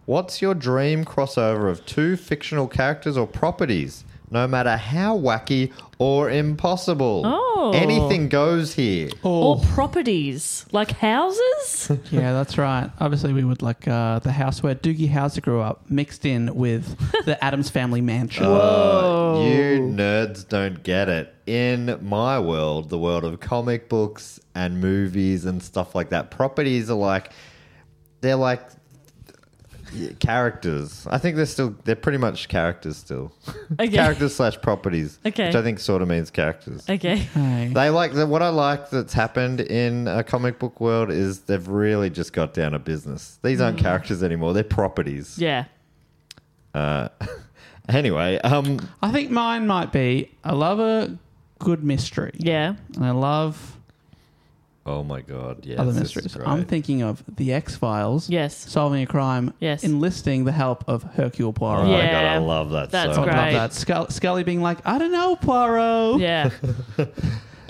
S1: What's your dream crossover of two fictional characters or properties? No matter how wacky or impossible.
S4: Oh.
S1: Anything goes here.
S4: Or properties, like houses?
S2: Yeah, that's right. Obviously, we would like uh, the house where Doogie Howser grew up mixed in with the Adams family mansion.
S1: Uh, you
S2: Oh.
S1: nerds don't get it. In my world, the world of comic books and movies and stuff like that, properties are like they're like characters. I think they're still they're pretty much characters still.
S4: Okay.
S1: characters slash properties.
S4: Okay.
S1: Which I think sort of means characters.
S4: Okay.
S2: Hey.
S1: They like the, what I like that's happened in a comic book world is they've really just got down to business. These
S2: Mm.
S1: aren't characters anymore; they're properties.
S4: Yeah.
S1: Uh, anyway, um,
S2: I think mine might be I love a good mystery.
S4: Yeah.
S2: And I love
S1: Oh my god! Yes,
S2: other
S1: this
S2: mysteries.
S1: is
S2: I'm
S1: great.
S2: thinking of The X Files.
S4: Yes.
S2: Solving a crime.
S4: Yes.
S2: Enlisting the help of Hercule
S1: Oh
S2: Poirot.
S1: my
S4: Yeah.
S1: god! I love that.
S4: That's
S1: so
S2: I
S1: much.
S2: would
S4: Great.
S2: love that. Scully, Scully being like, I don't know, Poirot.
S4: Yeah.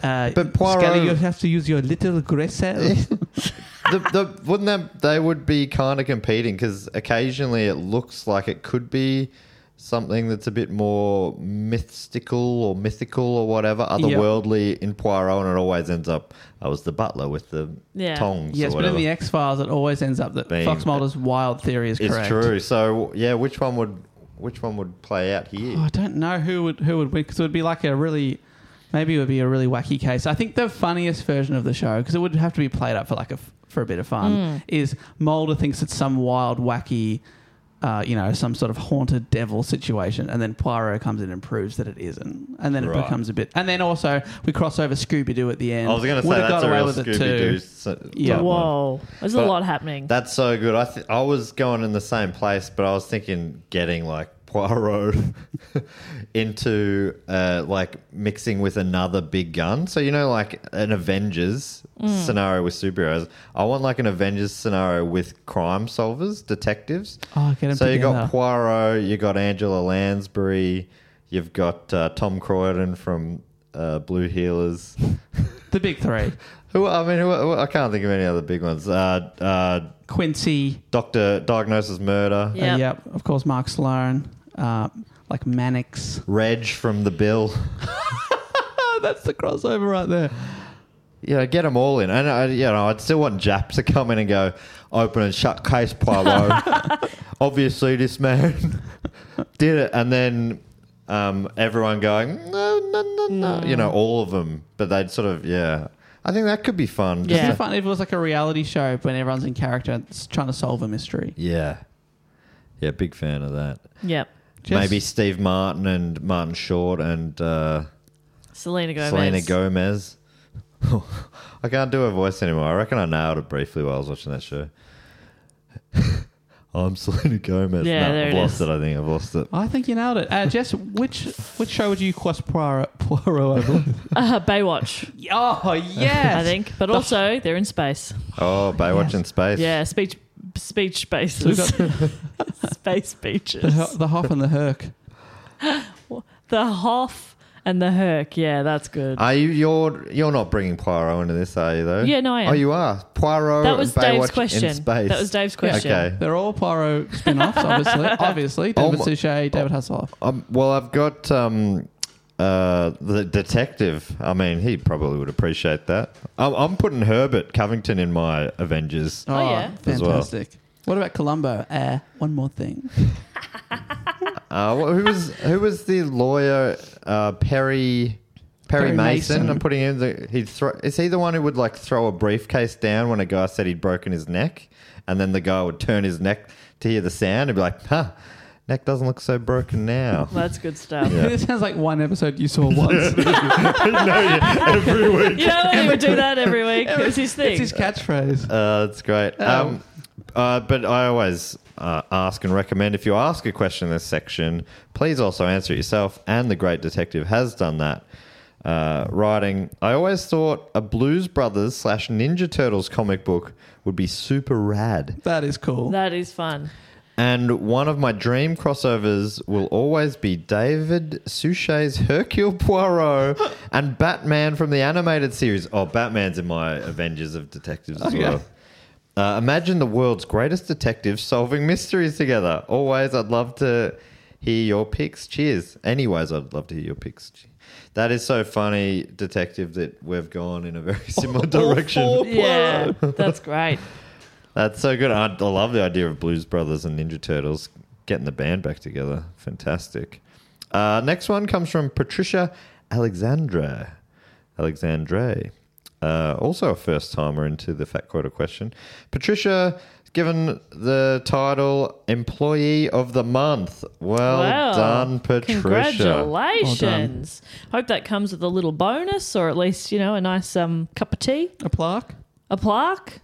S2: Uh,
S1: But Poirot-
S2: Scully, you have to use your little gristle.
S1: the, the, wouldn't that they would be kind of competing because occasionally it looks like it could be something that's a bit more mystical or mythical or whatever otherworldly in Poirot, and it always ends up I was the butler with the
S4: Yeah.
S1: tongs.
S2: yes,
S1: or
S2: but
S1: whatever.
S2: in The X Files, it always ends up that
S1: Being-
S2: Fox Mulder's wild theory is
S1: it's
S2: correct.
S1: true. So yeah, which one would which one would play out here?
S2: Oh, I don't know who would who would win because it would be like a really maybe it would be a really wacky case. I think the funniest version of the show because it would have to be played up for like a f- for a bit of fun is Mulder thinks it's some wild wacky. Uh, you know, some sort of haunted devil situation, and then Poirot comes in and proves that it isn't, and then
S1: Right.
S2: it becomes a bit. And then also we cross over Scooby Doo at the end.
S1: I was going to
S2: Would
S1: say
S2: have
S1: that's
S2: got
S1: a
S2: away
S1: real
S2: with it
S1: Scooby
S2: too.
S1: Doo. So,
S2: Yeah.
S4: Whoa. There's a
S1: But-
S4: lot happening.
S1: That's so good. I th- I was going in the same place, but I was thinking getting like Poirot into uh, like mixing with another big gun. So you know, like an Avengers
S2: Mm.
S1: scenario with superheroes. I want like an Avengers scenario with crime solvers, detectives.
S2: Oh, get 'em
S1: so you
S2: together.
S1: got Poirot, you got Angela Lansbury, you've got uh, Tom Croydon from uh, Blue Healers.
S2: The big three:
S1: Who I mean, who, who- I can't think of any other big ones. Uh, uh,
S2: Quincy,
S1: Doctor diagnoses murder.
S2: uh,
S4: Yeah.
S2: yep. of course, Mark Sloan, uh, like Mannix.
S1: Reg from the bill.
S2: Oh, that's the crossover right there.
S1: Yeah, get them all in. And I, you know, I'd still want Jap to come in and go open and shut case Poirot. Obviously, this man did it, and then um, everyone going no, no, no, no, You know, all of them, but they'd sort of yeah. I think that could be fun. Just
S2: It'd
S4: Yeah.
S2: be fun if it was like a reality show when everyone's in character and it's trying to solve a mystery.
S1: yeah, yeah. Big fan of that.
S4: yep.
S2: Just-
S1: Maybe Steve Martin and Martin Short and. Uh,
S4: Selena Gomez.
S1: Selena Gomez. I can't do her voice anymore. I reckon I nailed it briefly while I was watching that show. I'm Selena Gomez.
S2: Yeah,
S1: No,
S2: there
S1: I've
S2: it
S1: lost
S2: is.
S1: it. I think I've lost it.
S2: I think you nailed it. Uh, Jess, which which show would you cross Poirot, Poirot over?
S4: Uh, Baywatch.
S2: Oh, yes.
S4: I think. But also, they're in space.
S1: Oh, Baywatch in space.
S4: Yeah, speech speech
S2: We've
S4: spaces.
S2: got
S4: space
S2: the,
S4: beaches.
S2: Ho- the Hoff and the Herc.
S4: The Hoff and the Herc. Yeah, that's good.
S1: Are you you're you're not bringing Poirot into this, are you though?
S4: Yeah, no, I am.
S1: Oh, you are Poirot.
S4: That was
S1: and Baywatch
S4: Dave's
S1: in
S4: question.
S1: space.
S4: That was Dave's question.
S1: Okay.
S2: They're all Poirot spin offs, obviously. obviously.
S1: Oh
S2: David
S1: my-
S2: Suchet, David Hasselhoff.
S1: Um, well, I've got um, uh, the detective. I mean, he probably would appreciate that. I'm, I'm putting Herbert Covington in my Avengers.
S2: Oh, yeah.
S1: as well.
S2: Fantastic. What about Columbo? Uh, one more thing.
S1: Uh, wh- who was who was the lawyer? Uh, Perry. Perry,
S2: Perry
S1: Mason.
S2: Mason.
S1: I'm putting in the. He thro- is he the one who would like throw a briefcase down when a guy said he'd broken his neck, and then the guy would turn his neck to hear the sound and be like, "Huh, neck doesn't look so broken now."
S4: That's good stuff.
S1: Yeah.
S2: This sounds like one episode you saw once.
S1: Every week.
S4: You know when he would do that every week? It was his
S2: it's
S4: thing.
S2: his catchphrase.
S1: Uh, that's great. Um, uh, but I always uh, ask and recommend if you ask a question in this section, please also answer it yourself. And the great detective has done that. Uh, writing, I always thought a Blues Brothers slash Ninja Turtles comic book would be super rad.
S2: That is cool.
S4: that is fun.
S1: And one of my dream crossovers will always be David Suchet's Hercule Poirot and Batman from the animated series. Oh, Batman's in my Avengers of Detectives as well. Uh, imagine the world's greatest detectives solving mysteries together. Always, I'd love to hear your picks. Cheers. Anyways, I'd love to hear your picks. Che- That is so funny, detective, that we've gone in a very similar direction.
S4: Yeah, that's great.
S1: That's so good. I, I love the idea of Blues Brothers and Ninja Turtles getting the band back together. Fantastic. Uh, next one comes from Patricia Alexandra. Alexandre. Uh, also a first timer into the Fat Quarter question. Patricia, given the title Employee of the Month. Well
S4: Wow.
S1: done, Patricia.
S4: Congratulations. Hope that comes with a little bonus or at least, you know, a nice um, cup of tea,
S2: A plaque?
S4: a plaque,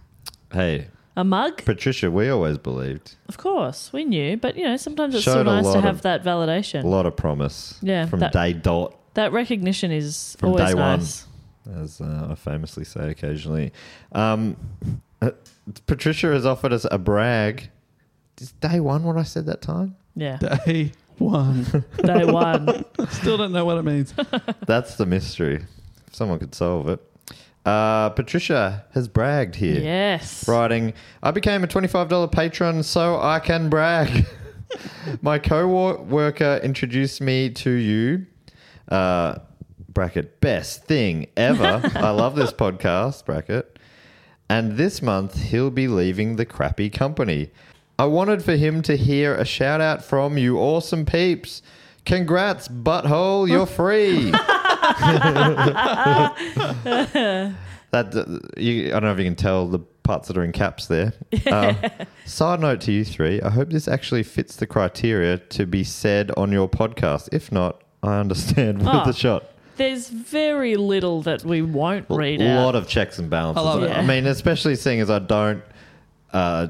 S1: Hey,
S4: a mug.
S1: Patricia, we always believed.
S4: Of course, we knew, but you know, sometimes it's
S1: Showed
S4: so
S1: a
S4: nice
S1: lot
S4: to have
S1: of-
S4: that validation.
S1: A lot of promise
S4: Yeah,
S1: from
S4: that-
S1: day dot.
S4: That recognition is
S1: from
S4: always
S1: day
S4: nice.
S1: one, as uh, I famously say occasionally. Um, uh, Patricia has offered us a brag. Is day one what I said that time?
S4: Yeah,
S2: Day one.
S4: day one.
S2: Still don't know what it means.
S1: That's the mystery. If someone could solve it. Uh, Patricia has bragged here.
S4: Yes.
S1: Writing, I became a $25 patron so I can brag. My co worker introduced me to you. Uh, bracket, best thing ever. I love this podcast, bracket. And this month, he'll be leaving the crappy company. I wanted for him to hear a shout out from you, awesome peeps. Congrats, butthole, you're free. That uh, you, I don't know if you can tell the parts that are in caps there. Um, side note to you three: I hope this actually fits the criteria to be said on your podcast. If not, I understand with
S4: Oh,
S1: the shot.
S4: There's very little that we won't read
S1: a
S4: out.
S1: lot of checks and balances.
S2: I love it.
S1: I mean, especially seeing as I don't uh,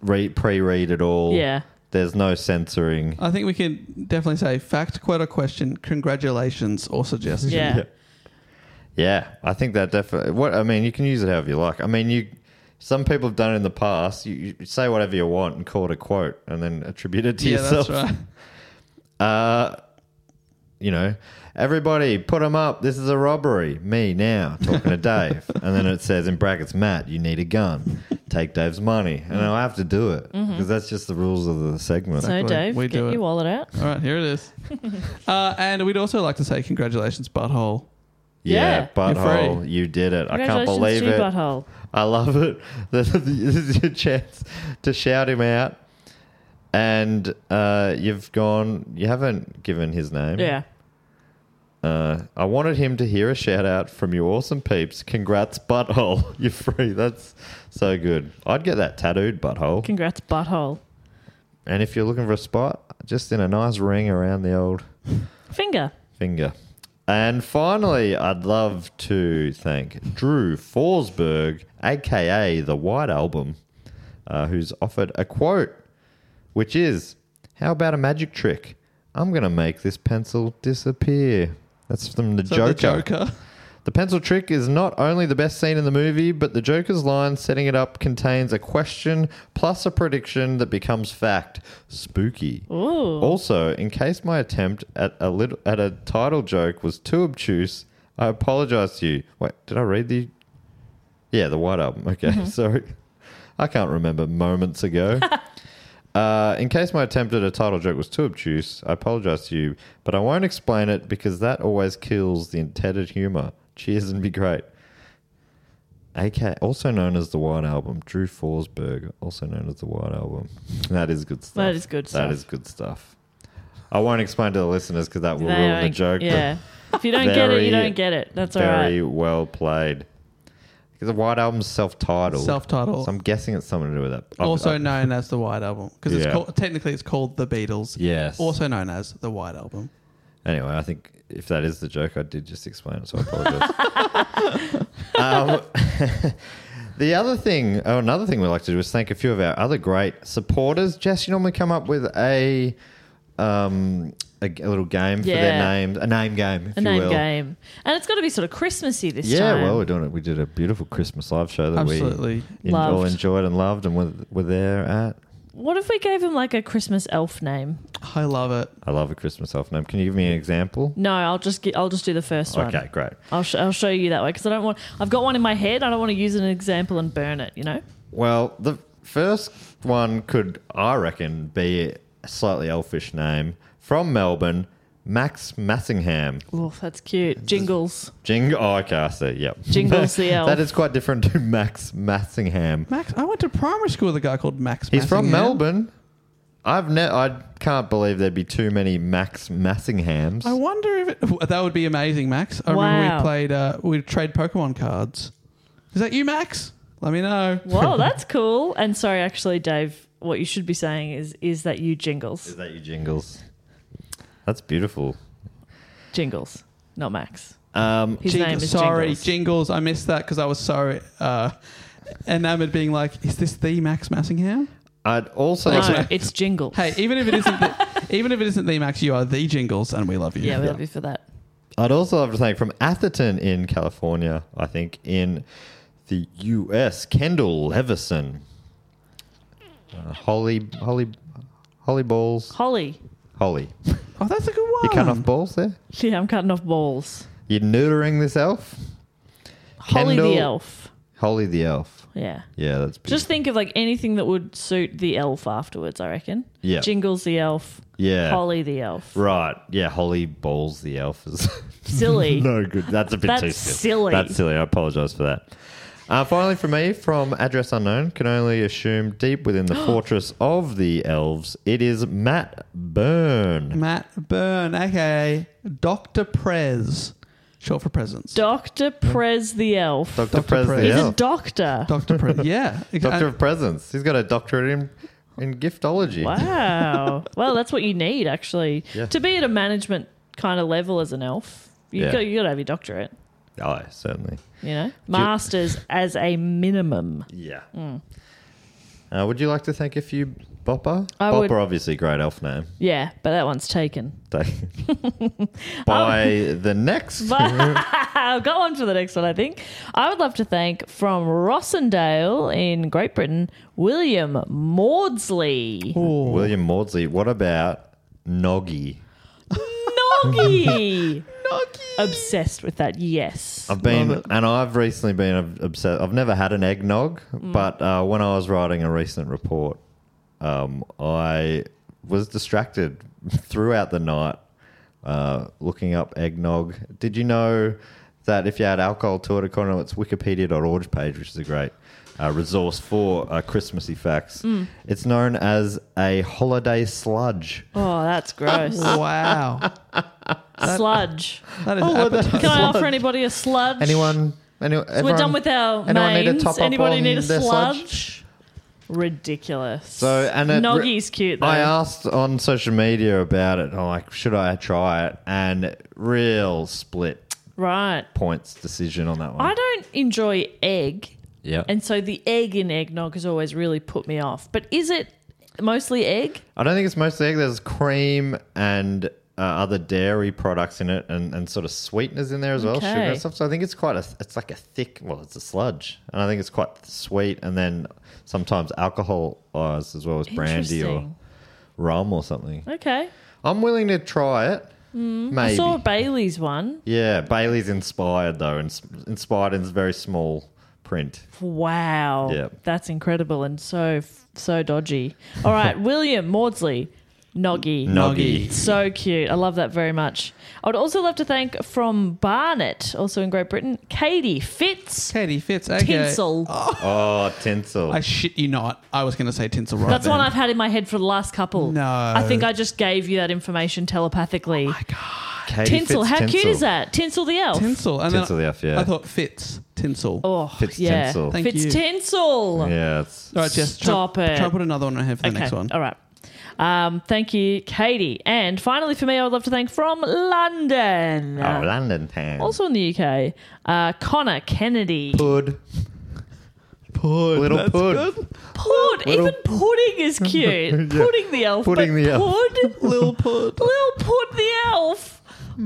S1: re- pre-read at all.
S4: Yeah.
S1: There's no censoring.
S2: I think we can definitely say fact, quote, or question, congratulations, or suggestion.
S4: yeah.
S1: Yeah, I think that definitely. What I mean, you can use it however you like. I mean, you. Some people have done it in the past. You, you say whatever you want and call it a quote, and then attribute it to
S2: Yeah,
S1: yourself.
S2: that's right.
S1: Uh, you know, everybody put them up. This is a robbery. Me now talking to Dave, and then it says in brackets, Matt, you need a gun. Take Dave's money, and I have to do it because that's just the rules of the segment.
S4: Mm-hmm. So, Dave,
S2: We
S4: get
S2: do
S4: your
S2: it.
S4: wallet out.
S2: All right, here it is. uh, and we'd also like to say congratulations, butthole.
S1: yeah,
S4: Yeah.
S2: You're
S1: butthole,
S2: free.
S1: you did it. I can't
S4: Congratulations
S1: believe
S4: to you,
S1: it.
S4: butthole.
S1: I love it. this is your chance to shout him out. And uh, you've gone, you haven't given his name.
S4: Yeah.
S1: Uh, I wanted him to hear a shout out from you awesome peeps. Congrats, butthole. You're free. That's so good. I'd get that tattooed, butthole.
S4: Congrats, butthole.
S1: And if you're looking for a spot, just in a nice ring around the old
S4: Finger.
S1: finger. And finally, I'd love to thank Drew Forsberg, aka the White Album, uh, who's offered a quote which is how about a magic trick? I'm going to make this pencil disappear. That's from the
S2: So
S1: Joker.
S2: the Joker.
S1: The pencil trick is not only the best scene in the movie, but the Joker's line setting it up contains a question plus a prediction that becomes fact. Spooky.
S4: Ooh.
S1: Also, in case my attempt at a little at a title joke was too obtuse, I apologize to you. Wait, did I read the Yeah, the white album. Okay,
S4: Mm-hmm.
S1: sorry. I can't remember moments ago. Uh, in case my attempt at a title joke was too obtuse, I apologize to you, but I won't explain it because that always kills the intended humor. Cheers and be great. AK, also known as the White Album, Drew Forsberg, also known as the White Album. That is good stuff.
S4: That is good stuff.
S1: That is good stuff. I won't explain to the listeners because that will
S4: They
S1: ruin the
S4: don't-
S1: joke. but
S4: Yeah. If you don't get it, you
S1: very-
S4: don't get it. That's all
S1: very
S4: right.
S1: well played. Because the White Album's self-titled.
S6: Self-titled.
S1: So I'm guessing it's something to do with that. Oh,
S6: also known as the White Album because
S1: Yeah.
S6: it's called, technically it's called the Beatles.
S1: Yes.
S6: Also known as the White Album.
S1: Anyway, I think if that is the joke, I did just explain it, so I apologize. um, the other thing, oh, another thing we like to do is thank a few of our other great supporters. Jess, you normally come up with a um, a, g- a little game for their
S4: Yeah.
S1: names, a name game, if
S4: A
S1: you
S4: name
S1: will.
S4: game. And it's got to be sort of Christmassy this
S1: yeah,
S4: time.
S1: well, we're doing it. We did a beautiful Christmas live show that
S6: Absolutely.
S1: we en- all
S4: Loved.
S1: enjoyed and loved, and were, were there at.
S4: What if we gave him like a Christmas elf name?
S6: I love it.
S1: I love a Christmas self name. Can you give me an example?
S4: No, I'll just get, I'll just do the first one.
S1: Okay, great.
S4: I'll, sh- I'll show you that way because I don't want. I've got one in my head. I don't want to use an example and burn it. You know.
S1: Well, the first one could, I reckon, be a slightly elfish name from Melbourne, Max Massingham.
S4: Oh, that's cute. Jingles.
S1: Jing. Oh, okay, I see. Yep.
S4: Jingles the elf.
S1: that is quite different to Max Massingham.
S6: Max, I went to primary school with a guy called Max.
S1: He's from
S6: Massingham.
S1: Melbourne. I've ne- I can't believe there'd be too many Max Massinghams.
S6: I wonder if it, that would be amazing, Max. I remember
S4: Wow.
S6: we played, uh, we trade Pokemon cards. Is that you, Max? Let me know.
S4: Whoa, that's cool. And sorry, actually, Dave, what you should be saying is is that you jingles
S1: Is that your jingles? That's beautiful.
S4: jingles, not Max.
S1: Um,
S4: His
S6: Jing-
S4: name is
S6: sorry,
S4: Jingles.
S6: I missed that because I was so uh, enamored, being like, "Is this the Max Massingham?"
S1: I'd also
S4: no, it's jingles.
S6: Hey, even if it isn't, the, even if it isn't the Max, you are the Jingles, and we love you.
S4: yeah, we love you for that.
S1: I'd also love to thank from Atherton in California, I think, in the US, Kendall Levison. Uh, Holly, Holly, Holly Balls.
S4: Holly.
S1: Holly.
S6: Oh, that's a good one.
S4: Hmm.
S1: You cut off balls there?
S4: Yeah, I'm cutting off balls.
S1: You're neutering this elf?
S4: Holly the
S1: Kendall-
S4: elf.
S1: Holly the elf.
S4: Yeah.
S1: Yeah, that's
S4: Just
S1: beautiful.
S4: think of like anything that would suit the elf afterwards. I reckon.
S1: Yeah.
S4: Jingles the elf.
S1: Yeah.
S4: Holly the elf.
S1: Right. Yeah, Holly Balls the elf is
S4: Silly.
S1: no good. That's a bit too
S4: That's
S1: silly.
S4: silly.
S1: That's silly. I apologize for that. Uh, finally, for me, from Address Unknown, can only assume deep within the fortress of the elves, it is Matt Byrne.
S6: Matt Byrne, aka Doctor Prez, short for presence.
S4: Doctor Prez the elf.
S1: Dr. Prez the
S6: Prez.
S4: He's a
S1: elf.
S4: doctor.
S6: Doctor Prez, yeah,
S1: Doctor
S6: exactly.
S1: of Presence. He's got a doctorate in, in giftology.
S4: Wow. well, that's what you need actually
S1: E. Yeah.
S4: to be at a management kind of level as an elf. You
S1: Yeah.
S4: got you got to have your doctorate.
S1: Oh, certainly.
S4: You know, masters as a minimum.
S1: Yeah.
S4: Hmm.
S1: Uh, would you like to thank a few Bopper?
S4: I
S1: Bopper,
S4: would-
S1: obviously, great elf name.
S4: Yeah, but that one's taken. Oh.
S1: By the next.
S4: I've got one for the next one. I think I would love to thank from Rossendale in Great Britain, William Maudsley.
S1: William Maudsley. What about Noggy?
S4: Noggy. Obsessed with that, yes.
S1: I've been, and I've recently been ob- obsessed. I've never had an eggnog,
S4: Mm.
S1: but uh, when I was writing a recent report, um, I was distracted throughout the night uh, looking up eggnog. Did you know that if you add alcohol to it, according to its Wikipedia.org page, which is a great uh, resource for uh, Christmassy facts,
S4: Mm.
S1: it's known as a holiday sludge.
S4: Oh, that's gross.
S6: Wow,
S4: sludge.
S6: that is
S4: Can
S6: appetizing.
S4: I offer anybody a sludge?
S1: Anyone? Any,
S4: We're
S1: everyone-
S4: done with our
S1: anyone need
S4: names.
S1: to top up
S4: anybody
S1: on
S4: need a
S1: their
S4: sludge?
S1: sludge?
S4: Ridiculous.
S1: So and it,
S4: Noggy's cute though.
S1: I uh, asked on social media about it. I'm like, should I try it? And real split
S4: right.
S1: points decision on that one.
S4: I don't enjoy egg,
S1: yeah.
S4: and so the egg in eggnog has always really put me off. But is it Mostly egg.
S1: I don't think it's mostly egg. There's cream and uh, other dairy products in it, and, and sort of sweeteners in there as well, sugar
S4: Okay.
S1: and stuff. So I think it's quite a it's like a thick. Well, it's a sludge, and I think it's quite sweet. And then sometimes alcohol uh, as well as brandy or
S4: Interesting.
S1: rum or something.
S4: Okay.
S1: I'm willing to try it.
S4: Mm. I
S1: Maybe.
S4: saw Bailey's one.
S1: Yeah, Bailey's inspired though, and s- inspired in very small print.
S4: Wow.
S1: Yeah.
S4: That's incredible and so so dodgy. All right, William Maudsley. Noggy.
S1: Noggy.
S4: So cute. I love that very much. I'd also love to thank from Barnet, also in Great Britain, Katie Fitz.
S2: Katie Fitz,
S8: okay.
S4: Tinsel.
S1: Oh, tinsel.
S8: I shit you not. I was going to say tinsel right
S4: That's
S8: then.
S4: one I've had in my head for the last couple.
S8: No.
S4: I think I just gave you that information telepathically. Oh my God.
S1: Katie
S4: Tinsel.
S1: Fitz
S4: How cute
S1: Tinsel.
S4: is that? Tinsel the elf.
S2: Tinsel. And
S1: Tinsel
S2: then
S1: the elf, yeah.
S2: I thought Fitz. Tinsel.
S4: Oh,
S1: Fitz
S4: yeah.
S1: tinsel.
S2: Thank
S4: Fitz
S2: you.
S4: Tinsel.
S1: yeah, it's
S4: Oh,
S2: All right, Jess. try-
S4: Stop it.
S2: Try put another one on here for the
S4: okay.
S2: next one.
S4: All right. Um, thank you, Katie. And finally, for me, I would love to thank from London.
S1: oh, London town.
S4: also in the UK, uh, Connor Kennedy.
S1: Pud. Pud. Little
S8: That's
S1: Pud.
S8: good.
S4: Pud.
S1: Little-
S4: Even pudding is cute.
S1: Yeah.
S4: Pudding the elf. but
S1: Pudding the elf.
S4: Pud.
S2: Lil Pud.
S4: Lil Pud the elf.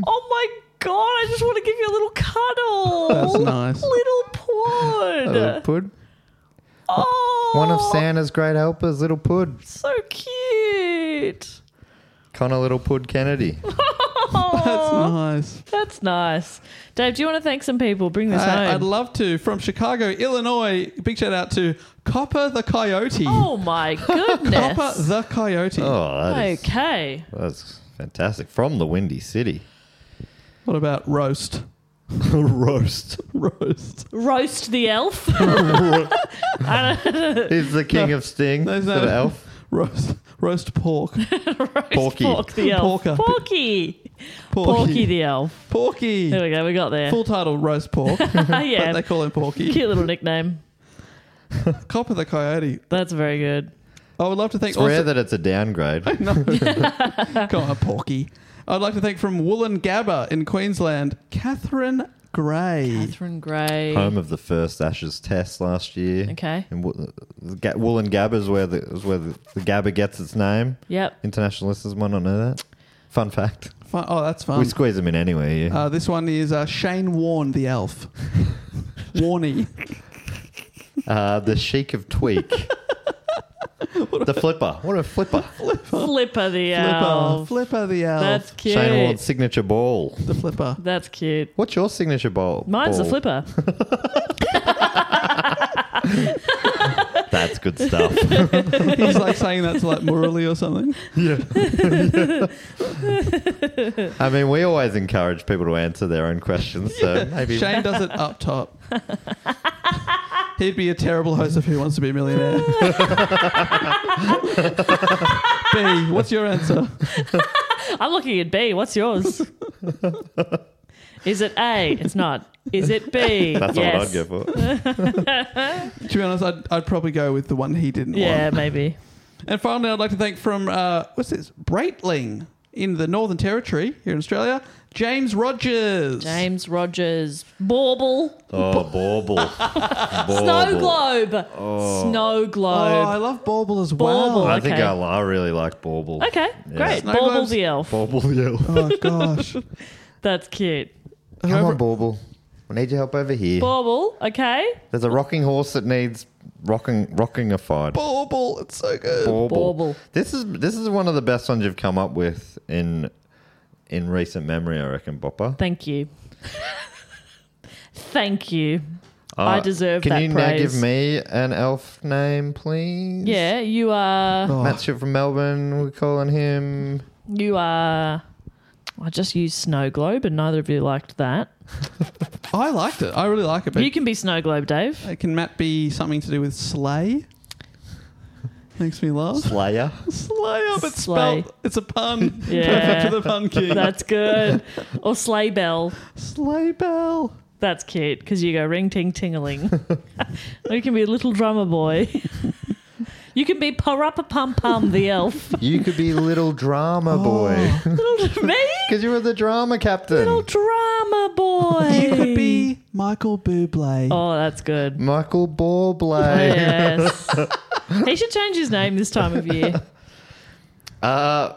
S4: Oh my god! I just want to give you a little cuddle.
S2: That's nice.
S4: Little
S1: Little
S4: Pud.
S1: Pud.
S4: Oh,
S1: One of Santa's great helpers, Little Pud.
S4: so cute.
S1: Connor Little Pud Kennedy.
S2: That's nice.
S4: That's nice. Dave, do you want to thank some people? Bring this
S2: I,
S4: home.
S2: would love to. From Chicago, Illinois, big shout out to Copper the Coyote.
S4: oh my goodness.
S2: Copper the Coyote.
S1: Oh, that is,
S4: okay.
S1: that's fantastic. From the Windy City.
S2: What about Roast?
S1: Roast.
S2: Roast.
S4: Roast the elf.
S1: He's the king of Sting.
S2: There's
S1: Sort of
S2: no-
S1: elf.
S2: Roast. Roast pork.
S4: Roast
S1: Porky.
S4: Pork the elf.
S2: Porker.
S4: Porky. Porky. the elf.
S2: Porky.
S4: There we go. We got there. Oh,
S2: Full title Roast Pork.
S4: yeah.
S2: But they call him Porky.
S4: Cute little nickname.
S2: Copper the Coyote.
S4: That's very good.
S2: I would love to thank
S1: It's rare
S2: also-
S1: that it's a downgrade.
S2: Come on, Porky. I'd like to thank from Woolen Gabba in Queensland, Catherine Gray.
S4: Catherine Gray.
S1: Home of the first Ashes Test last year.
S4: Okay.
S1: And Wo- the Ga- Woolen Gabba is where the is where the, the Gabba gets its name.
S4: Yep.
S1: International listeners might not know that. Fun fact.
S2: Fun- oh, that's
S1: we
S2: fun.
S1: squeeze them in anyway. Yeah.
S2: Uh, this one is uh, Shane Warne, the elf. Warney.
S1: Uh, the Sheik of Tweak. the Flipper. What a Flipper.
S4: Flipper the
S2: Flipper.
S4: elf.
S2: Flipper, the elf.
S4: That's cute.
S1: Shane Ward's signature ball.
S2: the flipper.
S4: That's cute.
S1: What's your signature ball?
S4: Mine's a
S1: ball?
S4: flipper.
S1: That's good stuff.
S2: He's like saying that to like Morley or something.
S1: I mean, we always encourage people to answer their own questions. So maybe.
S2: Shane does it up top. He'd be a terrible host of Who Wants to Be a Millionaire. B, what's your answer?
S4: I'm looking at B. What's yours? Is it A? It's not. Is it B?
S1: That's
S4: yes.
S1: all I'd go for.
S2: To be honest, I'd, I'd probably go with the one he didn't want.
S4: Yeah, maybe.
S2: And finally, I'd like to thank from uh, what's this Breitling in the Northern Territory here in Australia, James Rogers.
S4: James Rogers, Bauble,
S1: Oh, bauble.
S4: Snow
S1: Bauble.
S4: Globe, Snow
S2: Oh, I
S4: Globe.
S2: love Bauble as
S4: Bauble.
S2: well.
S1: I think
S4: Okay.
S1: I, I really like bauble.
S4: okay,
S1: Yeah.
S4: great.
S2: Snow
S4: Bauble
S2: Globes.
S4: the elf.
S1: Bauble, yeah.
S2: Oh gosh,
S4: That's cute.
S1: Come on, bauble. We need your help over here.
S4: Bauble. Okay.
S1: There's a rocking horse that needs rocking rocking a fight.
S2: Bauble, it's so good.
S1: Bauble.
S4: Bauble.
S1: This is this is one of the best ones you've come up with in in recent memory, I reckon, Bopper.
S4: Thank you. Thank you. I
S1: Uh,
S4: deserve
S1: Can
S4: that
S1: you now
S4: praise.
S1: give me an elf name, please? Oh.
S4: yeah, you are.
S1: Matt Stewart from Melbourne. We're calling him.
S4: You are. I just used Snow Globe, and neither of you liked that.
S2: I liked it. I really like it. But
S4: You can be Snow Globe, Dave.
S2: uh, can Matt be something to do with sleigh? Makes me laugh.
S1: Slayer.
S2: Slayer, but
S4: Sleigh.
S2: spelled, it's a pun.
S4: Yeah.
S2: Perfect for the pun king.
S4: That's good. or Sleigh Bell.
S2: sleigh bell.
S4: That's cute because you go ring ting tingling. or you can be a little drummer boy. you can be Parappa Pum Pum the elf.
S1: you could be little drama boy
S4: little, me?
S1: because you were the drama captain.
S4: Oh. Little drama boy.
S2: You could be Michael Bublé.
S4: Oh, that's good.
S1: Michael Borbley.
S4: Yes. He should change his name this time of year.
S1: Uh,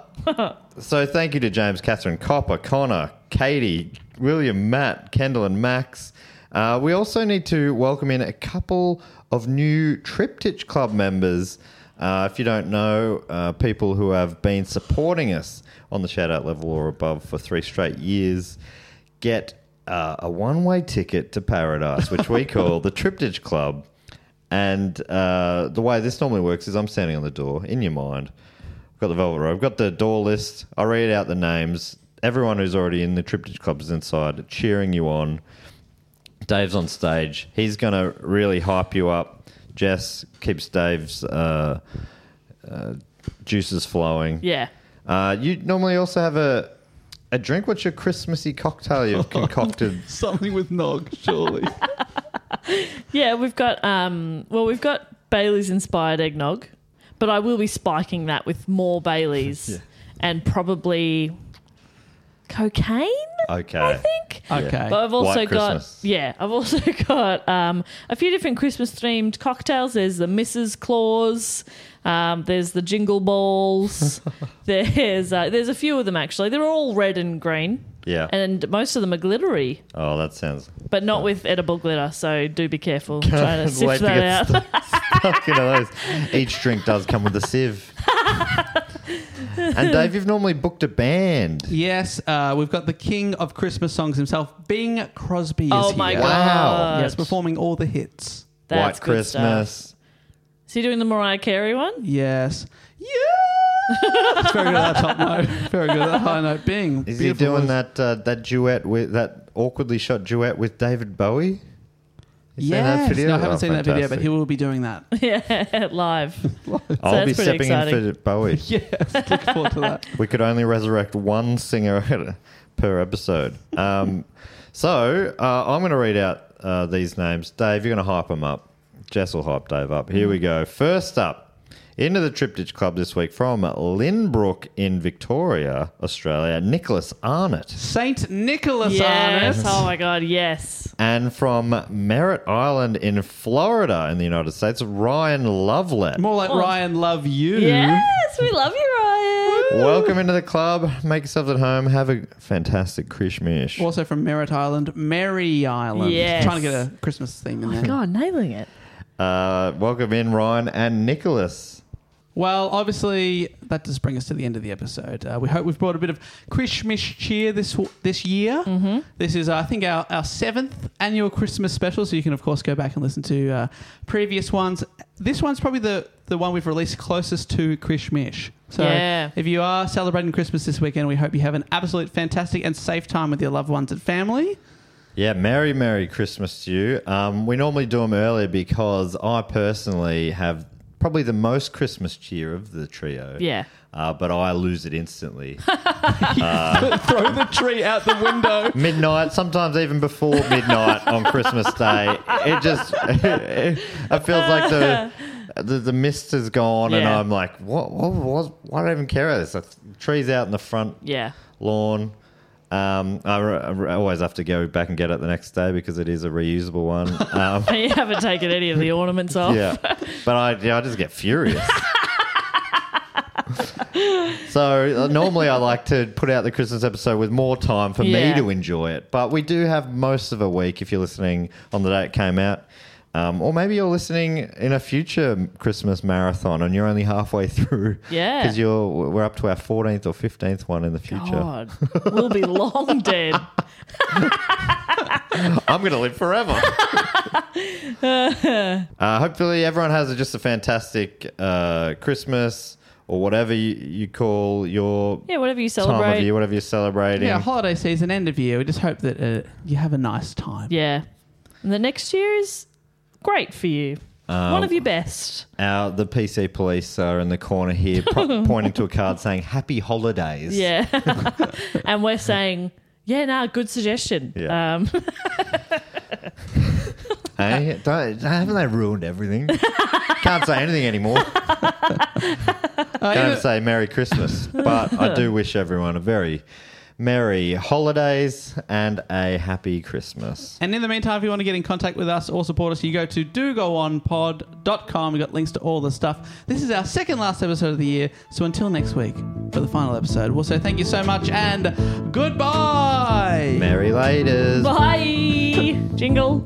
S1: so thank you to James, Catherine, Copper, Connor, Katie, William, Matt, Kendall, and Max. Uh, we also need to welcome in a couple of new Triptych Club members. Uh, if you don't know, uh, people who have been supporting us on the shout out level or above for three straight years get uh, a one way ticket to paradise, which we call the Triptych Club. And uh, the way this normally works is I'm standing on the door in your mind. I've got the velvet rope. I've got the door list. I read out the names. Everyone who's already in the Triptych Club is inside, cheering you on. Dave's on stage. He's going to really hype you up. Jess keeps Dave's uh, uh, juices flowing.
S4: Yeah.
S1: Uh, you normally also have a a drink. What's your Christmassy cocktail you've concocted?
S2: Something with nog, surely.
S4: Yeah, we've got um well we've got Bailey's inspired eggnog, but I will be spiking that with more Bailey's and probably cocaine.
S1: Okay.
S4: I think.
S1: Okay.
S4: But I've also
S1: White
S4: got
S1: Christmas.
S4: yeah, I've also got um, a few different Christmas themed cocktails. There's the Mrs. Claus. Um, there's the Jingle Balls. there's uh, there's a few of them actually. They're all red and green.
S1: Yeah.
S4: And most of them are glittery,
S1: oh, that sounds
S4: but not with edible glitter. So do be careful trying to sift
S1: Wait to
S4: that
S1: get
S4: out.
S1: stuck into those. Each drink does come with a sieve. and Dave, you've normally booked a band.
S2: yes, uh, we've got the king of Christmas songs himself, Bing Crosby. is
S4: Oh my
S2: here.
S4: God.
S2: Yes, performing all the hits.
S4: That's
S1: White
S4: good stuff.
S1: Christmas.
S4: Is he doing the Mariah Carey one?
S2: Yes. Yeah. it's very good at that top note. Very good at that high note. Bing.
S1: Is
S2: Beautiful
S1: he doing
S2: voice.
S1: that uh, that duet with that awkwardly shot duet with David Bowie? You seen that
S2: Yes.
S1: video?
S2: No, I haven't
S1: Oh,
S2: seen that video, but
S1: fantastic.
S2: he will be doing that.
S4: yeah, live.
S1: I'll
S4: that's pretty
S1: be stepping in
S4: exciting.
S1: for Bowie.
S2: yes. Look forward to that.
S1: We could only resurrect one singer at a- per episode. Um, so uh, I'm going to read out uh, these names. Dave, you're going to hype them up. Jess will hype Dave up. Here we go. First up, into the Triptych Club this week from Lynbrook in Victoria, Australia, Nicholas Arnott.
S2: Saint Nicholas
S4: Yes.
S2: Arnott.
S4: Oh my God. Yes.
S1: And from Merritt Island in Florida, in the United States, Ryan Lovelet.
S2: More
S4: Oh.
S2: like Ryan Love You.
S4: Yes. We love you, Ryan.
S1: Welcome into the club. Make yourself at home. Have a fantastic Krishmish.
S2: Also from Merritt Island, Merry Island.
S4: Yes.
S2: Trying to get a Christmas theme in there.
S4: Oh God, nailing it.
S1: Uh, welcome in, Ryan and Nicholas.
S2: Well, obviously, that does bring us to the end of the episode. Uh, we hope we've brought a bit of Christmas cheer this w- this year. Mm-hmm. This is, uh, I think, our, our seventh annual Christmas special. So you can, of course, go back and listen to uh, previous ones. This one's probably the, the one we've released closest to Christmas. So
S4: Yeah.
S2: if you are celebrating Christmas this weekend, we hope you have an absolute fantastic and safe time with your loved ones and family.
S1: Yeah, Merry Merry Christmas to you. Um, we normally do them earlier because I personally have probably the most Christmas cheer of the trio.
S4: Yeah.
S1: Uh, but I lose it instantly. Uh,
S2: Throw the tree out the window.
S1: midnight, sometimes even before midnight on Christmas Day. It just, it, feels like the, the the mist is gone, and
S4: Yeah.
S1: I'm like, what, what was? Why do I even care about this? The trees out in the front
S4: Yeah.
S1: lawn. Um, I, re- I re- always have to go back and get it the next day because it is a reusable one. Um,
S4: You haven't taken any of the ornaments off.
S1: yeah, but I, yeah, I just get furious. so uh, normally I like to put out the Christmas episode with more time for
S4: Yeah.
S1: me to enjoy it, but we do have most of a week if you're listening on the day it came out. Um, or maybe you're listening in a future Christmas marathon and you're only halfway through.
S4: Yeah.
S1: Because you're we're up to our 14th or 15th one in the future.
S4: God, we'll be long dead.
S1: I'm going to live forever. uh, hopefully, everyone has just a fantastic uh, Christmas or whatever you, you call your
S4: Yeah, whatever you
S1: time of
S4: celebrate.
S1: year, whatever you're celebrating.
S2: Yeah, holiday season, end of year. We just hope that uh, you have a nice time.
S4: Yeah. And the next year is great for you.
S1: Um,
S4: One of your best.
S1: Our, the PC police are in the corner here, pro- pointing to a card saying "Happy Holidays."
S4: Yeah. and we're saying, yeah, no, good suggestion.
S1: Yeah.
S4: Um,
S1: Eh? Don't- haven't they ruined everything? Can't say anything anymore.
S2: Uh,
S1: Don't say Merry Christmas, but I do wish everyone a very merry holidays and a happy Christmas.
S2: And in the meantime, if you want to get in contact with us or support us, you go to dogoonpod.com. We've got links to all the stuff. This is our second last episode of the year. So until next week for the final episode, we'll say thank you so much and goodbye.
S1: Merry laters.
S4: Bye. Jingle.